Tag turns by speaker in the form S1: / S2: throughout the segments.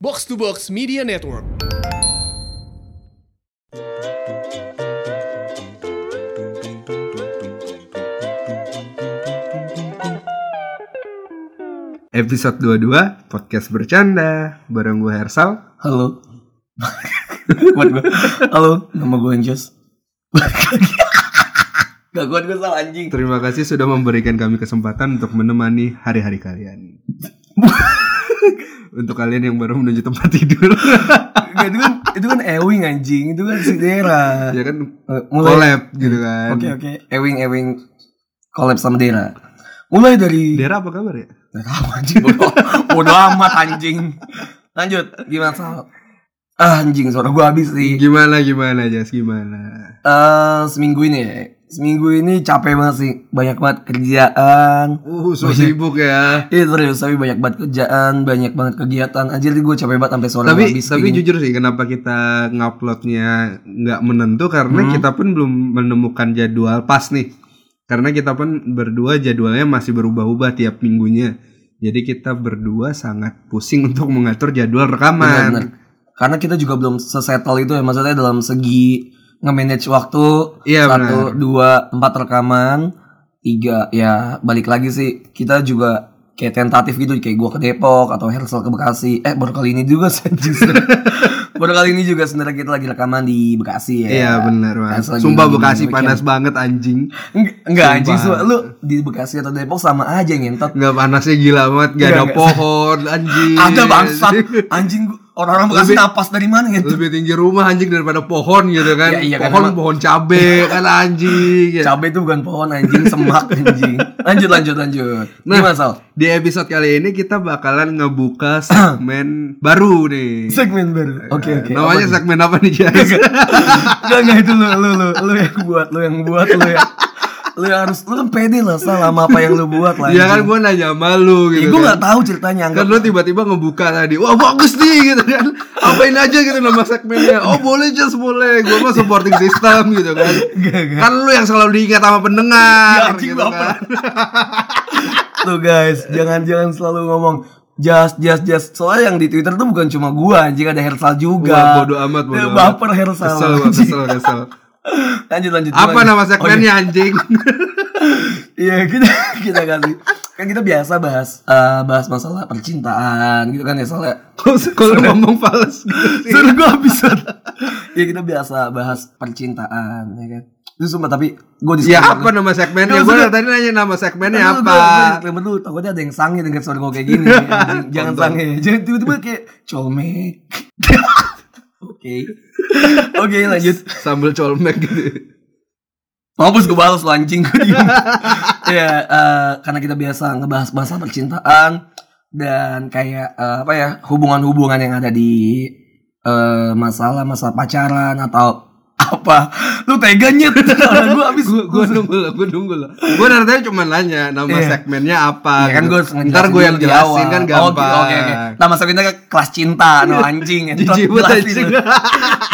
S1: Box to Box Media Network.
S2: Episode 22 Podcast Bercanda Bareng gue Hersal
S3: Halo. Kuat gue. Halo, nama gue Anjas. Gak kuat gue salah anjing.
S2: Terima kasih sudah memberikan kami kesempatan Untuk menemani hari-hari kalian Untuk kalian yang baru menuju tempat tidur
S3: Gak, itu kan itu kan Ewing anjing, itu kan si Dera.
S2: Ya kan
S3: Eh, Mulai.
S2: collab gitu kan
S3: Oke oke. Ewing Ewing collab sama Dera. Mulai dari
S2: Dera apa kabar ya?
S3: Dera apa anjing bodoh. bodoh amat anjing. Lanjut, gimana Sal? Ah anjing suara gue habis sih.
S2: Gimana gimana Jas gimana
S3: Eh seminggu ini ya. Seminggu ini capek banget sih, banyak banget kerjaan.
S2: Uh so sibuk ya
S3: Iya serius, tapi banyak banget kerjaan, banyak banget kegiatan. Anjir gue capek banget sampai sore
S2: tapi
S3: habis
S2: tapi
S3: ini.
S2: jujur sih kenapa kita nguploadnya nggak menentu karena
S3: Hmm.
S2: kita pun belum menemukan jadwal pas nih karena kita pun berdua jadwalnya masih berubah-ubah tiap minggunya jadi kita berdua sangat pusing untuk mengatur jadwal
S3: Benar-benar.
S2: rekaman
S3: Karena kita juga belum sesettle itu ya, maksudnya dalam segi nge-manage waktu.
S2: Iya,
S3: Satu, dua, empat rekaman. Tiga, ya balik lagi sih. Kita juga kayak tentatif gitu, kayak gue ke Depok atau Hersel ke Bekasi. Eh baru kali ini juga sih, anjing. baru kali ini juga sebenarnya kita lagi rekaman di Bekasi ya.
S2: iya benar
S3: Pas
S2: mas
S3: lagi
S2: sumpah
S3: di-
S2: bekasi
S3: weekend.
S2: panas banget anjing
S3: Eng- Enggak anjing,
S2: Sumpah.
S3: su- lu di Bekasi atau Depok sama aja ngentot.
S2: nggak panasnya gila banget gak
S3: Iya,
S2: ada
S3: nggak.
S2: pohon anjing
S3: Ada bangsat anjing gua- orang-orang Bekasi
S2: Iya, Lebih-
S3: napas dari mana gitu.
S2: lebih tinggi rumah anjing daripada pohon gitu kan
S3: Ya, iya, kan,
S2: pohon
S3: emang-
S2: pohon cabe kan anjing ya.
S3: Cabai itu bukan pohon anjing, semak anjing. Lanjut lanjut lanjut.
S2: Nah.
S3: Gimana Sal?
S2: Di episode kali ini kita bakalan ngebuka segmen baru nih.
S3: Segmen baru. Oke oke.
S2: Namanya
S3: Apa nih?
S2: segmen apa nih, Jas?
S3: Enggak enggak itu lu lu lu lu yang buat, lu yang buat, lu yang lu yang harus lu kan pede lah Sal sama apa yang lu buat lah.
S2: ya kan gua nanya sama lu
S3: ya,
S2: gitu.
S3: gue
S2: kan.
S3: nggak tahu ceritanya
S2: Kan
S3: anggap.
S2: lu tiba-tiba ngebuka tadi. Wah, bagus nih gitu kan. Apain aja gitu nama segmennya. Oh, boleh Jas, boleh. Gua mah supporting system gitu kan.
S3: Enggak, enggak.
S2: Kan lu yang selalu diingat sama pendengar
S3: Ya, anjing,
S2: gitu
S3: baper.
S2: kan.
S3: Tuh guys, jangan jangan selalu ngomong just just just. Soalnya yang di Twitter tuh bukan cuma gua anjing ada
S2: Wah,
S3: Hersal juga.
S2: bodo amat, bodo
S3: Ya,
S2: amat.
S3: Baper Hersal.
S2: Kesel, gua,
S3: anjing.
S2: kesel,
S3: Oh,
S2: kesel.
S3: Lanjut lanjut.
S2: Apa
S3: lanjut.
S2: nama
S3: Oke.
S2: segmennya anjing?
S3: Iya kita kita kasih kan kita biasa bahas eh, bahas masalah percintaan gitu kan ya soalnya
S2: Kalau lu ngomong fals gitu sih.
S3: suruh gue habisan ya kita biasa bahas percintaan ya kan itu sumpah tapi gue
S2: Ya apa nama segmennya?
S3: Iya. Nggak,
S2: Gue
S3: maksudnya-
S2: tadi nanya nama segmennya apa?
S3: Disclaimer dulu, takutnya ada yang sange dengan suara gue kayak gini Anjing, Jangan sange, jangan tiba-tiba kayak colmek Oke Oke lanjut
S2: Sambal colmek gitu.
S3: Mampus gue balas lu anjing gue diem. ya, eh, karena kita biasa ngebahas bahasa percintaan dan kayak eh, apa ya hubungan-hubungan yang ada di eh, masalah masalah pacaran atau apa lu teganya gue abis
S2: Gue gue nunggu lo, gue nunggu lo. Gue dari tadi cuma nanya nama
S3: Iya.
S2: segmennya apa.
S3: Ya kan
S2: gitu.
S3: gue harus ngejelasin
S2: Ntar gue
S3: dulu
S2: yang
S3: di
S2: jelasin
S3: awal.
S2: kan
S3: Oh,
S2: gampang.
S3: gitu, Oke oke. Nah masa pindah ke kelas cinta no anjing. entot.
S2: Jijik banget,
S3: Jelasin
S2: anjing.
S3: lu.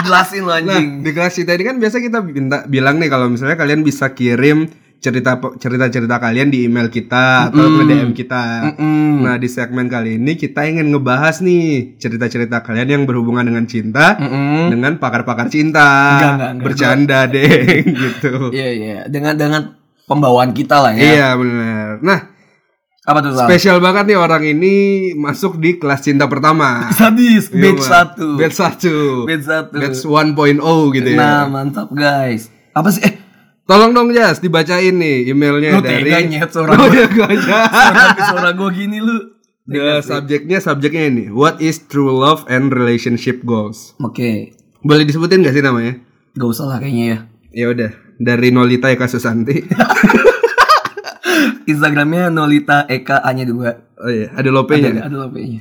S3: Jelasin lo
S2: Nah,
S3: anjing.
S2: di kelas kita ini kan biasa kita minta bilang nih kalau misalnya kalian bisa kirim cerita cerita cerita kalian di email kita atau ke DM kita.
S3: Mm-mm.
S2: Nah di segmen kali ini kita ingin ngebahas nih cerita cerita kalian yang berhubungan dengan cinta
S3: Mm-mm.
S2: dengan pakar-pakar cinta,
S3: Enggak, enggak, enggak.
S2: bercanda deh gitu.
S3: Iya iya. Dengan dengan pembawaan kita lah ya.
S2: Iya benar. Nah
S3: Apa tuh Sal?
S2: spesial banget nih orang ini masuk di kelas cinta pertama.
S3: Sadis.
S2: Iya,
S3: Batch
S2: Mas.
S3: satu.
S2: Batch satu.
S3: Batch satu.
S2: Batch 1.0 gitu ya.
S3: Nah mantap guys. Apa sih? Eh
S2: Tolong dong Jas dibacain nih emailnya
S3: Lu
S2: Eh, dari.
S3: tega nyet
S2: Oh,
S3: seorang-
S2: iya, gua aja.
S3: suara, suara gue gini lu.
S2: The subjeknya subjeknya ini What is true love and relationship goals?
S3: Oke.
S2: Boleh disebutin gak sih namanya?
S3: Gak usah lah kayaknya ya.
S2: Ya udah dari Nolita Eka Susanti.
S3: Instagramnya Nolita Eka A nya dua.
S2: oh iya ada lopenya.
S3: Ada ada apa ya?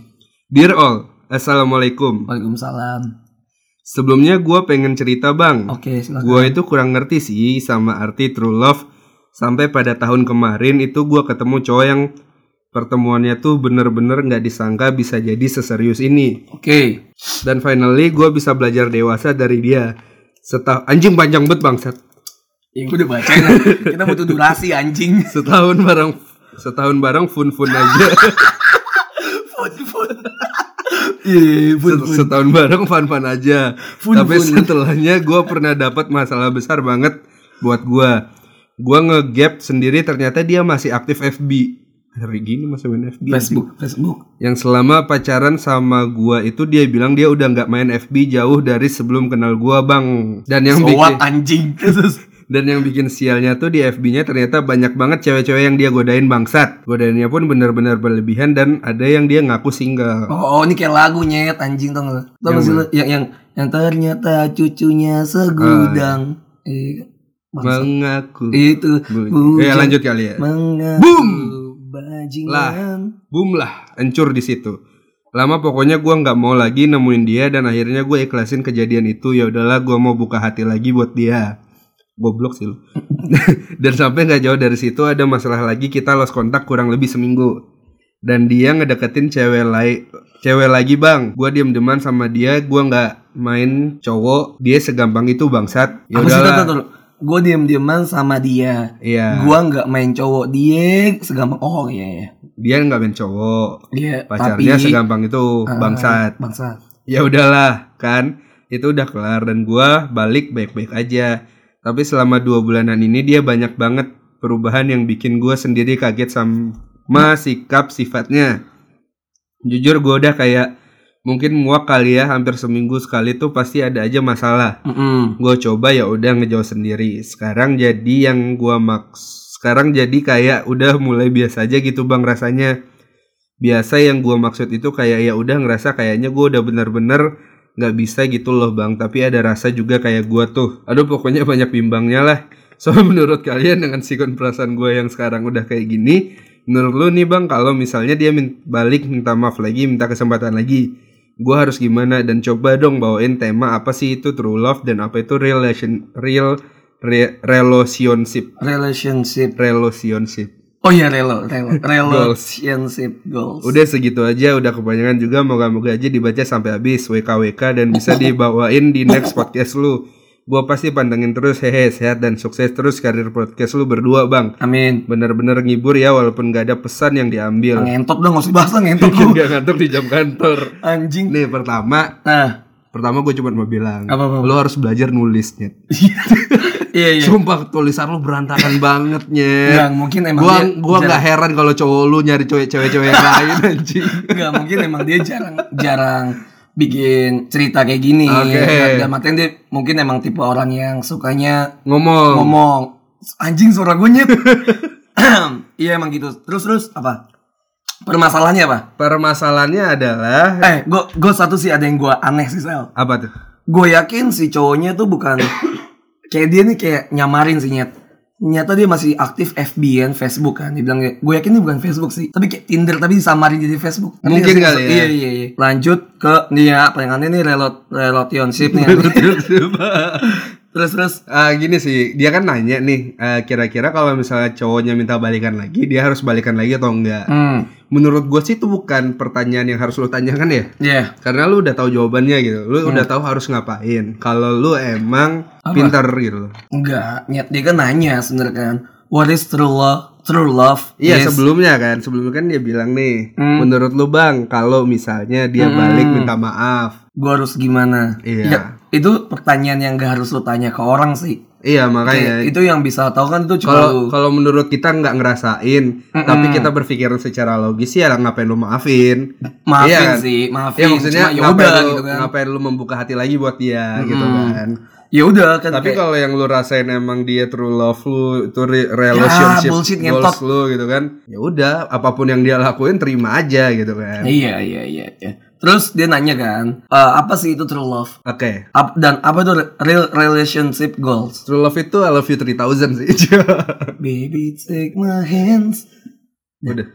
S2: Dear all, assalamualaikum.
S3: Waalaikumsalam.
S2: Sebelumnya gua pengen cerita bang.
S3: Oke silakan.
S2: Gue itu kurang ngerti sih sama arti true love sampai pada tahun kemarin itu gue ketemu cowok yang pertemuannya tuh bener-bener nggak disangka bisa jadi seserius ini
S3: Oke.
S2: dan finally gue bisa belajar dewasa dari dia setah anjing panjang bet bangsat
S3: Ya gue udah bacain lah. Kita butuh durasi
S2: Iya,
S3: anjing.
S2: setahun bareng setahun bareng fun fun aja
S3: Fun fun. Iya, pun,
S2: Set-
S3: pun.
S2: setahun bareng fan-fan aja.
S3: Fun,
S2: Tapi
S3: fun.
S2: setelahnya gue pernah dapat masalah besar banget buat gue. Gue ngegap sendiri ternyata dia masih aktif FB. Hari gini masih main FB.
S3: Facebook, Facebook.
S2: Yang selama pacaran sama gue itu dia bilang dia udah nggak main FB jauh dari sebelum kenal gue bang. Dan yang
S3: So
S2: bikin
S3: what, anjing. Terus,
S2: dan yang bikin sialnya tuh di FB-nya ternyata banyak banget cewek-cewek yang dia godain bangsat. Godainnya pun bener-bener berlebihan dan ada yang dia ngaku single.
S3: Oh, oh, ini kayak lagu nyet anjing tau gak? Tau gak sih lu? yang yang yang ternyata cucunya segudang.
S2: Oh, iya.
S3: Eh, bangsa.
S2: Mengaku.
S3: itu
S2: Bu- Ya lanjut kali ya.
S3: Mengaku
S2: Boom!
S3: bajingan.
S2: Lah. Boom lah, hancur di situ. Lama pokoknya gua nggak mau lagi nemuin dia dan akhirnya gue ikhlasin kejadian itu. Ya udahlah, gua mau buka hati lagi buat dia. Goblok sih lu. dan sampai nggak jauh dari situ ada masalah lagi kita lost kontak kurang lebih seminggu. Dan dia ngedeketin cewek lain, cewek lagi bang. Gua diem deman sama dia, gua nggak main cowok. Dia segampang itu bangsat. Ya
S3: Apa sih
S2: udahlah.
S3: Gue diem-dieman sama dia.
S2: Iya.
S3: Gua nggak main cowok dia segampang oh iya iya.
S2: Dia nggak main cowok.
S3: Iya,
S2: Pacarnya
S3: tapi-
S2: segampang itu
S3: Ah,
S2: bangsat.
S3: Bangsat.
S2: ya udahlah kan itu udah kelar dan gua balik baik-baik aja tapi selama dua bulanan ini dia banyak banget perubahan yang bikin gua sendiri kaget sama sikap sifatnya jujur gua udah kayak mungkin muak kali ya hampir seminggu sekali tuh pasti ada aja masalah
S3: Mm-mm.
S2: gue coba ya udah ngejauh sendiri sekarang jadi yang gua maks sekarang jadi kayak udah mulai biasa aja gitu bang rasanya biasa yang gua maksud itu kayak ya udah ngerasa kayaknya gua udah bener-bener nggak bisa gitu loh bang tapi ada rasa juga kayak gua tuh aduh pokoknya banyak bimbangnya lah so menurut kalian dengan sikon perasaan gua yang sekarang udah kayak gini menurut lu nih bang kalau misalnya dia min- balik minta maaf lagi minta kesempatan lagi gua harus gimana dan coba dong bawain tema apa sih itu true love dan apa itu relation real re- relationship
S3: Relationship.
S2: relationship
S3: Oh iya relo, relo,
S2: Goals.
S3: relationship goals.
S2: Udah segitu aja, udah kepanjangan juga. Moga-moga aja dibaca sampai habis WKWK dan bisa dibawain di next podcast lu. Gua pasti pantengin terus hehe sehat dan sukses terus karir podcast lu berdua bang.
S3: Amin.
S2: Bener-bener ngibur ya walaupun gak ada pesan yang diambil.
S3: Ngentot dong, nggak usah bahas lah, ngentot
S2: Bikin
S3: lu.
S2: gak ngantuk di jam kantor.
S3: Anjing.
S2: Nih pertama,
S3: Nah,
S2: pertama gue cuma mau bilang,
S3: Apa, apa, apa?
S2: lu harus belajar nulisnya.
S3: iya iya.
S2: Sumpah tulisan lu berantakan banget Nyet.
S3: Yang mungkin emang
S2: ya.
S3: iya,
S2: Gua
S3: dia
S2: gua nggak heran kalau cowok lu nyari cewek cewek-cewek yang lain anjing.
S3: Enggak mungkin emang dia jarang jarang bikin cerita kayak gini.
S2: Oke.
S3: Dalam artian dia mungkin emang tipe orang yang sukanya
S2: Ngomong.
S3: ngomong. Anjing suara gue nyet. iya emang gitu. Terus terus apa? Permasalahannya apa?
S2: Permasalahannya adalah
S3: Eh, gue satu sih ada yang gue aneh sih Sel.
S2: apa tuh?
S3: Gue yakin si cowoknya tuh bukan kayak dia nih kayak nyamarin sih nyet. Nyata dia masih aktif FB kan, Facebook kan. Dia bilang gue yakin ini bukan Facebook sih, tapi kayak Tinder tapi disamarin jadi Facebook. Ngerti
S2: Mungkin
S3: nggak sih?
S2: kali ya.
S3: Iya iya iya. Lanjut ke nih ya paling aneh nih relot relationship nih. ya. terus terus
S2: Eh, gini sih, dia kan nanya nih, eh, kira-kira kalau misalnya cowoknya minta balikan lagi, dia harus balikan lagi atau enggak?
S3: Hmm,
S2: Menurut gue sih itu bukan pertanyaan yang harus lo tanyakan ya,
S3: iya.
S2: karena lu udah tahu jawabannya gitu, lu udah tahu harus ngapain. Kalau lu emang
S3: Hmm. Apa?
S2: pintar gitu,
S3: Enggak, nyet dia kan nanya sebenarnya kan. What is true love? True love.
S2: iya
S3: is-
S2: sebelumnya kan, sebelumnya kan dia bilang nih,
S3: Hmm.
S2: menurut lu bang, kalau misalnya dia balik minta maaf,
S3: gue harus gimana? Ya,
S2: Iya.
S3: itu pertanyaan yang gak harus lo tanya ke orang sih.
S2: iya makanya
S3: Kayak itu yang bisa tahu kan itu cuma
S2: Kalau
S3: lu.
S2: kalau menurut kita nggak ngerasain, tapi kita berpikiran secara logis ya ngapain lu maafin?
S3: Maafin
S2: Iya kan?
S3: sih, maafin.
S2: Ya maksudnya
S3: Cuma ya
S2: ngapain,
S3: udah
S2: lu,
S3: gitu kan.
S2: ngapain lu membuka hati lagi buat dia gitu kan?
S3: Ya udah kan.
S2: Tapi
S3: kayak-
S2: kalau yang lu rasain emang dia true love lu itu re- relationship
S3: Ya, bullshit, ngentot.
S2: goals lu gitu kan? Ya udah, apapun yang dia lakuin terima aja gitu kan?
S3: Iya iya iya. iya. Terus dia nanya kan, "Eh, apa sih itu true love?
S2: Oke.
S3: Ap- dan apa itu real relationship goals?
S2: True love itu I love you 3000 sih.
S3: Baby take my hands,
S2: udah.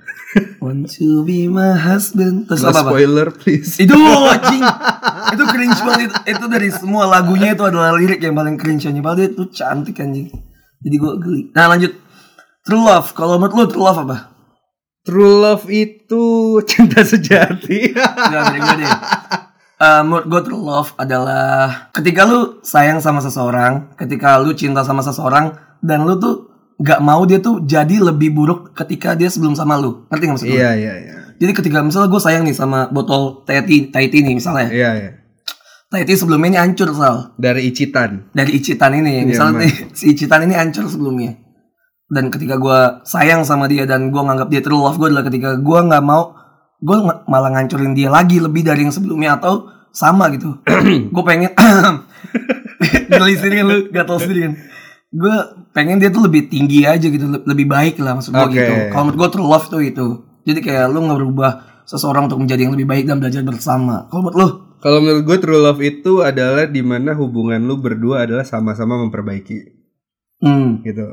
S3: want to be my husband. Terus
S2: No
S3: apa apa?
S2: spoiler please.
S3: Itu anjing. itu cringe banget. Itu dari semua lagunya itu adalah lirik yang paling cringe anjing. Padahal itu cantik anjing. Jadi gue geli. Nah, lanjut. True love. Kalau menurut lu true love apa?
S2: True love itu cinta sejati.
S3: Enggak dari gue deh. Eh, menurut gue true love adalah ketika lu sayang sama seseorang, ketika lu cinta sama seseorang dan lu tuh gak mau dia tuh jadi lebih buruk ketika dia sebelum sama lu. Ngerti gak maksud gue?
S2: Iya iya iya.
S3: Jadi ketika misalnya gue sayang nih sama botol Thai tea, Thai tea nih misalnya.
S2: Iya, iya.
S3: Thai tea sebelumnya ini hancur Sal.
S2: Dari Icitan.
S3: Dari Icitan ini. Misalnya
S2: Iya,
S3: nih, si Icitan ini hancur sebelumnya. Dan ketika gue sayang sama dia dan gue nganggap dia true love gue adalah ketika gue nggak mau gue ng- malah ngancurin dia lagi lebih dari yang sebelumnya atau sama gitu. gue pengen geli sendiri kan lu gatel sendiri kan. Gue pengen dia tuh lebih tinggi aja gitu, le- lebih baik lah maksud gue
S2: Oke.
S3: gitu. Kalau menurut gue true love tuh itu. Jadi kayak lu nggak berubah seseorang untuk menjadi yang lebih baik dan belajar bersama. Kalau menurut lu?
S2: Kalau menurut gue true love itu adalah dimana hubungan lu berdua adalah sama-sama memperbaiki
S3: Hmm.
S2: gitu.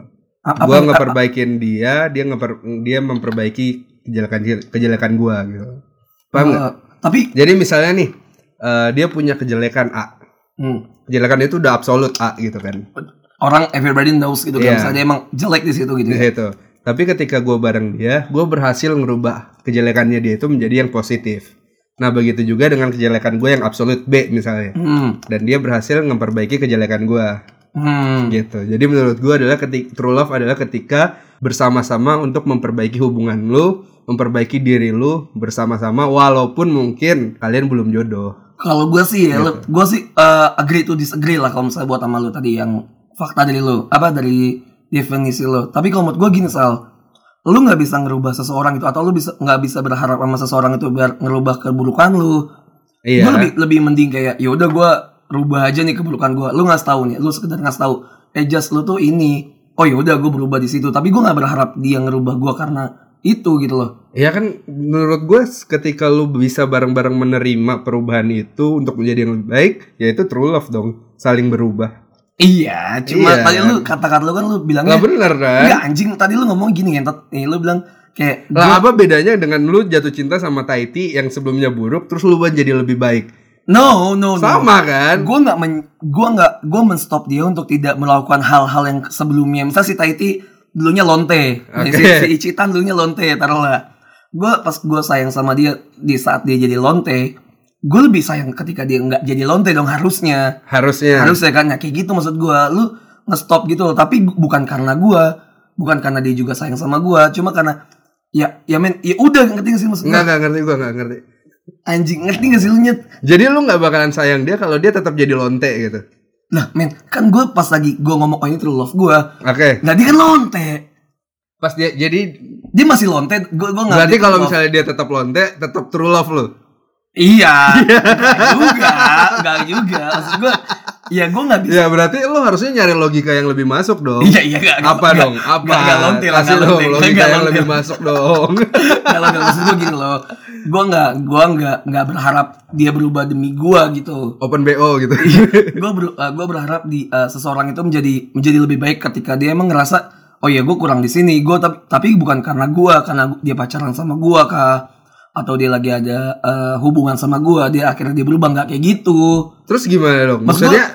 S3: A-
S2: Gue
S3: apa-
S2: ngeperbaikin dia, dia ngeper dia memperbaiki kejelekan kejelekan gue gitu. Paham nggak?
S3: Eh, tapi
S2: Jadi misalnya nih eh, dia punya kejelekan A,
S3: hmm,
S2: kejelekan itu udah absolut A gitu kan.
S3: orang everybody knows gitu
S2: Iya.
S3: kan. Misalnya dia emang jelek di situ gitu.
S2: Di situ. Nah, Tapi ketika gue bareng dia, gue berhasil ngerubah kejelekannya dia itu menjadi yang positif. Nah begitu juga dengan kejelekan gue yang absolut B misalnya.
S3: Hmm.
S2: Dan dia berhasil memperbaiki kejelekan gue.
S3: Hmm.
S2: gitu. Jadi menurut gue adalah ketika true love adalah ketika bersama-sama untuk memperbaiki hubungan lu, memperbaiki diri lu bersama-sama walaupun mungkin kalian belum jodoh.
S3: Kalau gue sih ya, lu- gue sih eh, agree to disagree lah kalau misalnya buat sama lu tadi yang fakta dari lu, apa dari definisi lu. Tapi kalau menurut gue gini Sal, lu nggak bisa ngerubah seseorang itu atau lu bisa nggak bisa berharap sama seseorang itu biar ngerubah keburukan lu. Gue
S2: Iya.
S3: lebih lebih mending kayak ya udah gue rubah aja nih keburukan gue. Lu nggak tahu nih, lu sekedar nggak tahu. Eh just lu tuh ini. Oh ya udah gue berubah di situ. Tapi gue nggak berharap dia ngerubah gue karena itu gitu loh.
S2: Ya kan menurut gue ketika lu bisa bareng-bareng menerima perubahan itu untuk menjadi yang lebih baik, yaitu true love dong, saling berubah.
S3: Iya, cuma
S2: Iya.
S3: tadi lu kata-kata lu kan lu bilangnya
S2: Lah bener kan?
S3: Enggak anjing, tadi lu ngomong gini ngentot. Nih lu bilang kayak
S2: Lah apa bedanya dengan lu jatuh cinta sama Taiti yang sebelumnya buruk terus lu jadi lebih baik?
S3: no no no.
S2: Sama kan?
S3: Gue nggak men, gue nggak, gue menstop dia untuk tidak melakukan hal-hal yang sebelumnya. Misal si Taiti dulunya lonte, Nih, si,
S2: Oke.
S3: si Icitan dulunya lonte, taruhlah. Gue pas gue sayang sama dia di saat dia jadi lonte, gue lebih sayang ketika dia nggak jadi lonte dong harusnya.
S2: Harusnya.
S3: harusnya kan ya kayak gitu maksud gua lu ngestop gitu loh tapi bu- bukan karena gua bukan karena dia juga sayang sama gua cuma karena ya ya men ya udah ngerti gak sih maksud
S2: Enggak
S3: gua
S2: enggak ngerti gua enggak ngerti.
S3: anjing ngerti gak sih lu nyet
S2: Jadi lu nggak bakalan sayang dia kalau dia tetap jadi lonte gitu.
S3: lah men kan gua pas lagi gua ngomong oh ini true love gua
S2: Oke.
S3: nah dia kan lonte
S2: Pas dia jadi
S3: dia masih lonte gua gua nggak
S2: berarti
S3: ngerti
S2: kalau
S3: true love.
S2: misalnya dia tetap lonte, tetap true love lu.
S3: iya nggak juga nggak juga maksud gua ya gua nggak bisa
S2: Ya berarti lu harusnya nyari logika yang lebih masuk dong.
S3: Iya iya nggak nggak-
S2: Apa
S3: nggak-
S2: dong? Apa?
S3: nggak- nggak lonte lah,
S2: Kasih
S3: nggak
S2: dong
S3: lonte.
S2: logika
S3: Nggak
S2: yang
S3: lonte.
S2: lebih masuk dong.
S3: kalau nggak maksud gue gini loh gue nggak gue nggak nggak berharap dia berubah demi gue gitu
S2: Open BO gitu.
S3: gue ber, gue berharap di eh, seseorang itu menjadi menjadi lebih baik ketika dia emang ngerasa oh ya gue kurang di sini gue tapi, bukan karena gue karena gu- dia pacaran sama gue kah atau dia lagi ada eh, hubungan sama gue dia akhirnya dia berubah nggak kayak gitu
S2: Terus gimana dong?
S3: Maksud
S2: Maksudnya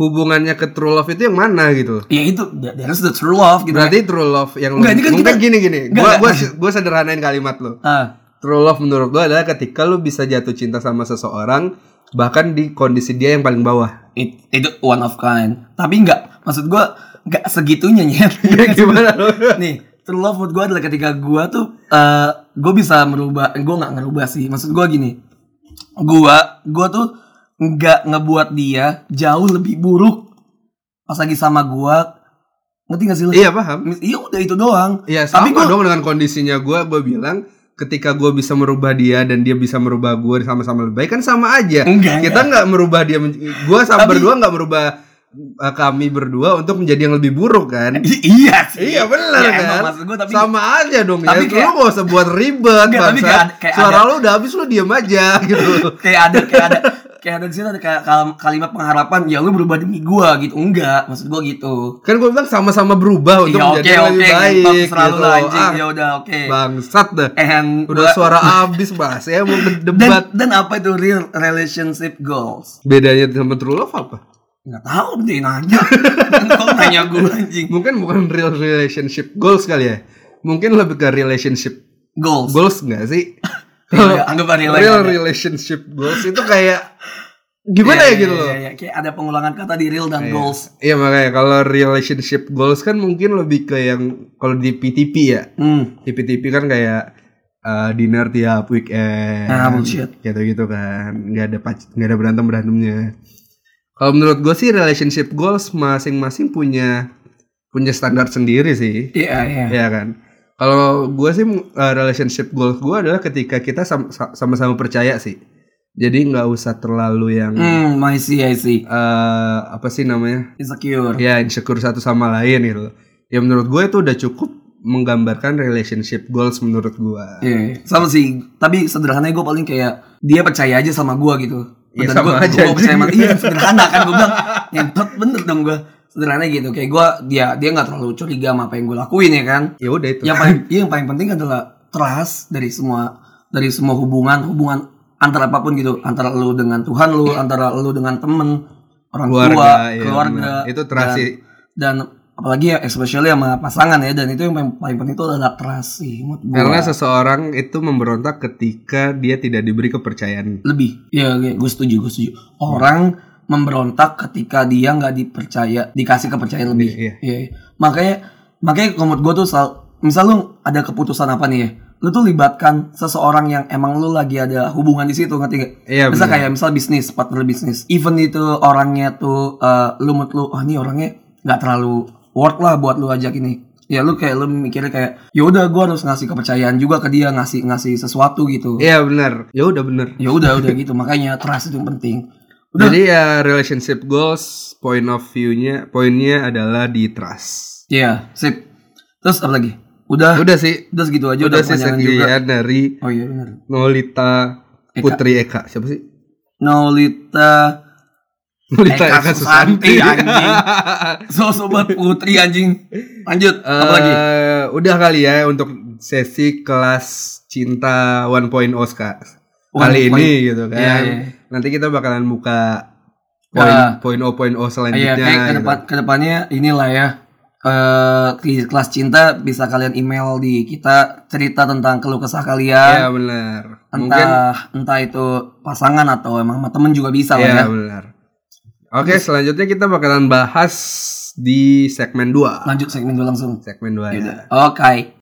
S2: hubungannya ke true love itu yang mana gitu?
S3: ya itu that, that is the true love gitu
S2: Berarti true love yang lu-
S3: Nggak, ini kan
S2: mungkin
S3: kita-
S2: gini gini.
S3: Nggak,
S2: Gua gua
S3: nggak.
S2: gua sederhanain kalimat lu.
S3: Ah,
S2: True love menurut gua adalah ketika lu bisa jatuh cinta sama seseorang bahkan di kondisi dia yang paling bawah.
S3: it- itu one of kind tapi nggak maksud gue nggak segitunya nyet
S2: Ya, gimana lu?
S3: nih true love menurut gue adalah ketika gue tuh eh gue bisa merubah gue nggak ngerubah sih maksud gue gini gue gue tuh nggak ngebuat dia jauh lebih buruk pas lagi sama gue ngerti gak sih lu
S2: Iya paham.
S3: Mis- iya udah itu doang
S2: Iya sama
S3: Tapi gua-
S2: dong dengan kondisinya gue Gue bilang ketika gue bisa merubah dia dan dia bisa merubah gue sama-sama lebih baik kan sama aja
S3: Enggak,
S2: kita nggak merubah dia men- gue sama
S3: Tapi-
S2: berdua nggak merubah eh, kami berdua untuk menjadi yang lebih buruk kan
S3: I- iya sih
S2: iya benar
S3: Ya,
S2: kan
S3: emang maksud gue tapi
S2: sama aja dong
S3: tapi
S2: ya
S3: kayak-
S2: lu gak usah buat ribet
S3: Enggak, tapi
S2: bangsa.
S3: kayak ada- kayak
S2: suara lu udah habis lu diem aja gitu
S3: kayak ada kayak ada kayak ada di situ ada kayak kal- kalimat pengharapan ya lu berubah demi gue gitu enggak maksud gue gitu
S2: kan gue bilang sama-sama berubah untuk
S3: Iya
S2: menjadi
S3: oke
S2: yang
S3: oke
S2: lebih
S3: gitu
S2: baik
S3: selalu
S2: gitu
S3: lah anjing
S2: Ah,
S3: ya udah oke
S2: bangsat dah
S3: And
S2: udah
S3: gua-
S2: suara habis bahas ya mau berdebat
S3: dan, dan apa itu real relationship goals?
S2: bedanya sama true love apa
S3: Nggak tahu deh nanya. Kok nanya gue anjing?
S2: mungkin bukan real relationship goals kali ya mungkin lebih ke relationship
S3: Goals.
S2: goals nggak sih
S3: Iya, anggap aja relax
S2: real
S3: aja.
S2: relationship goals itu kayak gimana
S3: Iya,
S2: ya gitu
S3: iya,
S2: loh
S3: iya, iya. Kayak ada pengulangan kata di real dan goals.
S2: iya makanya kalau relationship goals kan mungkin lebih ke yang kalau di PTP ya
S3: Hmm.
S2: di PTP kan kayak eh, dinner tiap weekend
S3: Nah, bullshit.
S2: gitu gitu kan nggak ada pac- nggak ada berantem berantemnya kalau menurut gue sih relationship goals masing-masing punya punya standar sendiri sih
S3: Iya, iya.
S2: Iya kan. Kalau gue sih uh, relationship goals gue adalah ketika kita sam- sa- sama-sama percaya sih. Jadi nggak usah terlalu yang
S3: Hmm, I see, I see.
S2: uh, apa sih namanya?
S3: Insecure.
S2: Ya insecure satu sama lain gitu. Ya menurut gue itu udah cukup menggambarkan relationship goals menurut gue.
S3: Iya, sama sih. Tapi sederhananya gue paling kayak dia percaya aja sama gua gitu.
S2: Iya,
S3: Dan
S2: sama
S3: gua-
S2: aja,
S3: gua percaya sama
S2: anjing.
S3: iya sederhana kan gue bilang nyentot bener dong gua Sederhana gitu. Kayak gua dia dia nggak terlalu curiga sama apa yang gue lakuin ya kan.
S2: Ya udah itu.
S3: Yang paling iya, yang paling penting adalah trust dari semua dari semua hubungan hubungan antara apapun gitu antara lu dengan Tuhan lu antara lu dengan temen orang tua
S2: iya,
S3: keluarga
S2: benar. Itu trust
S3: dan-
S2: sih.
S3: dan, apalagi ya especially sama pasangan ya dan itu yang paling, paling penting itu adalah trust sih menurut gua.
S2: Karena seseorang itu memberontak ketika dia tidak diberi kepercayaan.
S3: lebih ya gue setuju gue setuju orang memberontak ketika dia nggak dipercaya dikasih kepercayaan lebih
S2: Iya.
S3: Iya, iya. makanya makanya kalau menurut gue tuh sal, misal lu ada keputusan apa nih ya lu tuh libatkan seseorang yang emang lu lagi ada hubungan di situ ngerti gak?
S2: Iya,
S3: misal
S2: benar.
S3: kayak misal bisnis partner bisnis even itu orangnya tuh eh, lu menurut lu oh ini orangnya nggak terlalu worth lah buat lu ajak ini ya lu kayak lu mikirnya kayak ya udah gue harus ngasih kepercayaan juga ke dia ngasih ngasih sesuatu gitu
S2: Iya benar. Ya udah benar.
S3: ya udah udah gitu makanya trust itu yang penting udah
S2: Jadi ya relationship goals point of view-nya poinnya adalah di trust.
S3: ya sip terus apa lagi udah
S2: Udah sih,
S3: udah segitu aja
S2: udah,
S3: Ah. udah,
S2: sih ya.
S3: kepanjangan juga
S2: sekian dari
S3: oh iya benar
S2: Nolita
S3: Eka.
S2: Putri Eka. Siapa sih?
S3: Nolita
S2: Nolita
S3: Eka Susanti anjing so sobat putri anjing lanjut apa lagi
S2: Eh, udah kali ya untuk sesi kelas cinta 1.0 Kak. Kali
S3: 1.0.
S2: ini gitu kan.
S3: Iya, iya.
S2: Nanti kita bakalan buka
S3: Ah.
S2: poin poin o poin o
S3: Iya,
S2: oh selanjutnya.
S3: kayak ke
S2: gitu.
S3: depan- ke depannya inilah ya. eh di kelas cinta bisa kalian email di kita cerita tentang keluh kesah
S2: Iya
S3: kalian
S2: benar. Mungkin
S3: entah entah itu pasangan atau emang sama temen juga bisa lah ya.
S2: Iya benar. Oke, selanjutnya kita bakalan bahas di segmen 2.
S3: Lanjut segmen gue langsung.
S2: Segmen 2 ya.
S3: Yaudah. Oke.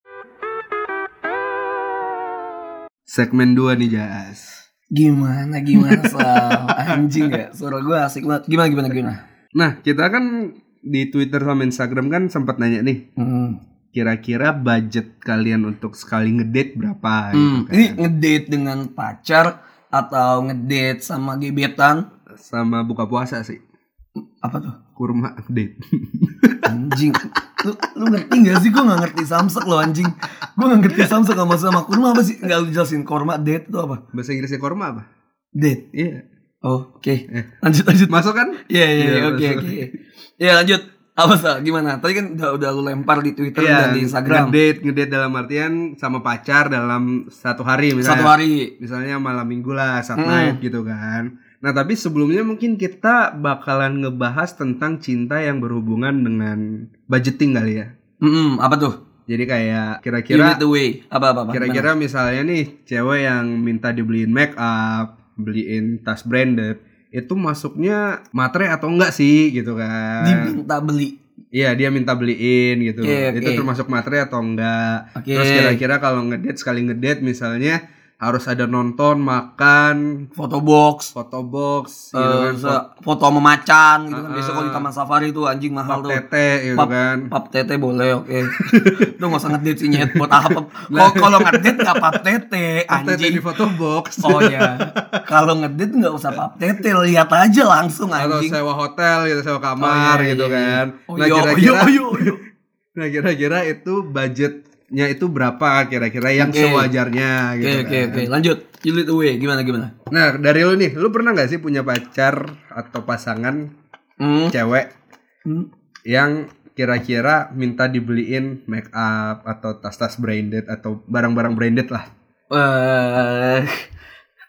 S2: Segmen 2 nih, Jas.
S3: Gimana gimana Sal Anjing ya Suara gue asik banget Gimana gimana gimana
S2: Nah, kita kan di Twitter sama Instagram kan sempat nanya nih,
S3: hmm.
S2: kira-kira budget kalian untuk sekali ngedate berapa gitu
S3: Hmm.
S2: kan.
S3: Ini ngedate dengan pacar Atau ngedate sama gebetan
S2: Sama buka puasa sih.
S3: Apa tuh
S2: Kurma date.
S3: Anjing Lu, lu ngerti gak sih Gue gak ngerti samsek lo anjing Gue gak ngerti samsek sama sama kurma apa sih Gak lu jelasin korma date itu apa
S2: Bahasa Inggrisnya kurma apa?
S3: Date
S2: Iya.
S3: Oh, Oke Lanjut lanjut
S2: Masuk kan?
S3: Iya iya
S2: Eh. Iya,
S3: iya, oke
S2: betul.
S3: oke Iya lanjut Apa Sal gimana Tadi kan udah, udah lu lempar di Twitter dan di
S2: Iya,
S3: Instagram
S2: Ngedate, ngedate dalam artian sama pacar dalam satu hari misalnya.
S3: Satu hari
S2: misalnya malam minggu lah saat
S3: Mm.
S2: night gitu kan nah tapi sebelumnya mungkin kita bakalan ngebahas tentang cinta yang berhubungan dengan budgeting kali ya
S3: Mm-mm, Apa tuh
S2: jadi kayak
S3: You
S2: kira-kira
S3: need the way apa apa apa
S2: kira-kira misalnya nih cewek yang minta dibeliin make up beliin tas branded itu masuknya matre atau enggak sih gitu
S3: Gimana?
S2: kan
S3: diminta beli
S2: iya dia minta beliin gitu itu
S3: Oke, Iya, oke.
S2: termasuk matre atau enggak
S3: oke
S2: Terus kira-kira kalau ngedate sekali ngedate misalnya harus ada nonton, makan,
S3: foto box
S2: foto box,
S3: eh,
S2: gitu kan,
S3: se- foto sama macan gitu kan
S2: Ah,
S3: biasa kalau di
S2: ah.
S3: taman safari tuh anjing
S2: pap
S3: mahal tuh
S2: tete gitu
S3: Pap-
S2: kan.
S3: pap tete boleh oke itu nggak usah ngedit sih nyet buat apa kalau kalau ngedit nggak pap tete
S2: Pap Ah, tete di
S3: anjing
S2: foto box
S3: oh ya kalau ngedit nggak usah pap tete lihat aja langsung
S2: atau
S3: anjing
S2: sewa hotel gitu, sewa
S3: Oh,
S2: kamar
S3: iya, iya,
S2: gitu
S3: iya.
S2: kan.
S3: oh,
S2: Nah
S3: iya, oh, iya,
S2: kira-kira
S3: oh, iya, oh, iya.
S2: nah kira-kira itu budgetnya itu berapa kira-kira yang
S3: Oke.
S2: sewajarnya
S3: oke
S2: gitu
S3: oke
S2: kan.
S3: oke lanjut you lead the way gimana gimana
S2: Nah, dari lu nih, lu pernah nggak sih punya pacar atau pasangan
S3: Hmm.
S2: cewek
S3: Hmm.
S2: yang kira-kira minta dibeliin make up atau tas-tas branded atau barang-barang branded lah.
S3: eh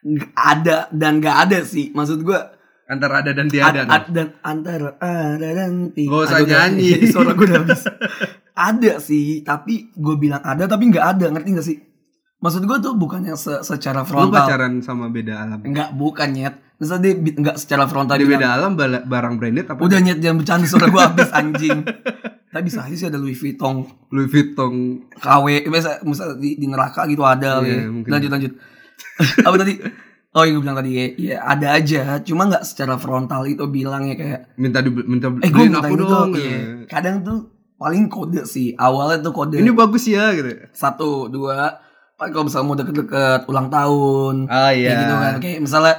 S3: nggak ada dan nggak ada sih maksud gua
S2: Antara ada dan
S3: ad-
S2: tiada.
S3: ad,
S2: nih.
S3: dan antara ada dan ti-
S2: Nggak usah
S3: Aduh, udah,
S2: nyanyi.
S3: suara gua udah habis ada sih tapi gua bilang ada tapi nggak ada ngerti nggak sih maksud gua tuh bukan yang se-
S2: Lu
S3: secara frontal
S2: pacaran sama beda alam.
S3: nggak bukan nyet Maksudnya dia bi- nggak secara frontal
S2: Di
S3: bilang,
S2: beda alam bala- barang branded apa?
S3: udah nyet jangan bercanda suara gua habis anjing Tapi bisa aja sih ada Louis Vuitton
S2: Louis Vuitton
S3: KW eh, biasa misal di, di neraka gitu ada
S2: Iya,
S3: ya.
S2: mungkin.
S3: lanjut lanjut apa tadi oh yang gue bilang tadi ya, ya ada aja cuma nggak secara frontal itu bilang ya kayak
S2: minta di, minta
S3: eh gue
S2: beliin
S3: minta
S2: aku dong.
S3: ini
S2: gitu.
S3: dong Iya. kadang tuh paling kode sih awalnya tuh kode
S2: Ini bagus ya gitu.
S3: satu dua pak kalau misalnya mau deket-deket ulang tahun
S2: Ah
S3: kayak gitu kan kayak misalnya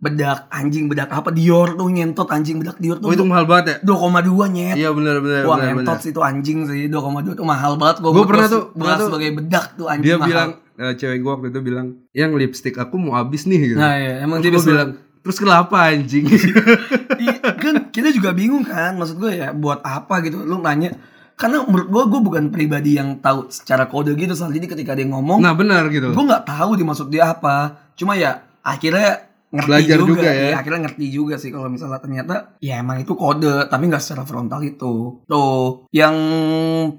S3: bedak anjing bedak apa Dior tuh nyentot anjing bedak Dior
S2: Oh
S3: tuh
S2: itu mahal banget ya?
S3: 2,2 nyet
S2: Iya benar benar
S3: Wah
S2: benar. benar.
S3: ngentot sih itu anjing sih 2,2 tuh mahal banget Gua
S2: Gua
S3: buat
S2: pernah
S3: gua
S2: tuh-
S3: se-
S2: pernah
S3: gua
S2: tuh-
S3: sebagai bedak tuh anjing
S2: Dia
S3: mahal.
S2: bilang eh, cewek gua waktu itu bilang, "Yang lipstick aku mau habis nih." gitu.
S3: Nah iya emang dia
S2: Terus
S3: bisa
S2: gua bilang, "Terus kenapa anjing?"
S3: Iya, kan kita juga bingung kan Maksud gue ya buat apa gitu Lu nanya Karena menurut gue gue bukan pribadi yang tahu secara kode gitu Soal jadi ketika dia ngomong
S2: nah, benar gitu.
S3: Gue gak tahu dimaksud dia apa Cuma ya akhirnya ngerti
S2: Belajar
S3: juga,
S2: juga ya.
S3: Iya, akhirnya ngerti juga sih kalau misalnya ternyata ya emang itu kode tapi nggak secara frontal itu tuh yang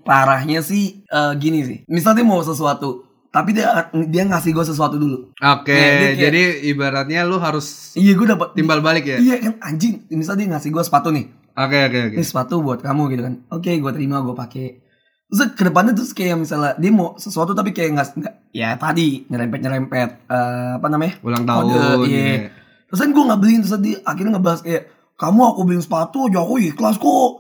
S3: parahnya sih eh, gini sih misal dia mau sesuatu tapi dia dia ngasih gue sesuatu dulu
S2: Oke,
S3: Nah, dia kayak-
S2: jadi ibaratnya lu harus
S3: iya gue dapat
S2: timbal balik ya.
S3: iya kan anjing misal dia ngasih gue sepatu nih
S2: Oke, oke, oke.
S3: ini sepatu buat kamu gitu kan oke gue terima gue pakai terus kedepannya tuh kayak misalnya dia mau sesuatu tapi kayak nggak nggak- ya tadi nyerempet nyerempet apa namanya
S2: Ulang tahun.
S3: Kode, iya.
S2: iya.
S3: terus kan gue nggak beliin terus dia akhirnya ngebahas kayak kamu aku beliin sepatu aja aku ikhlas kok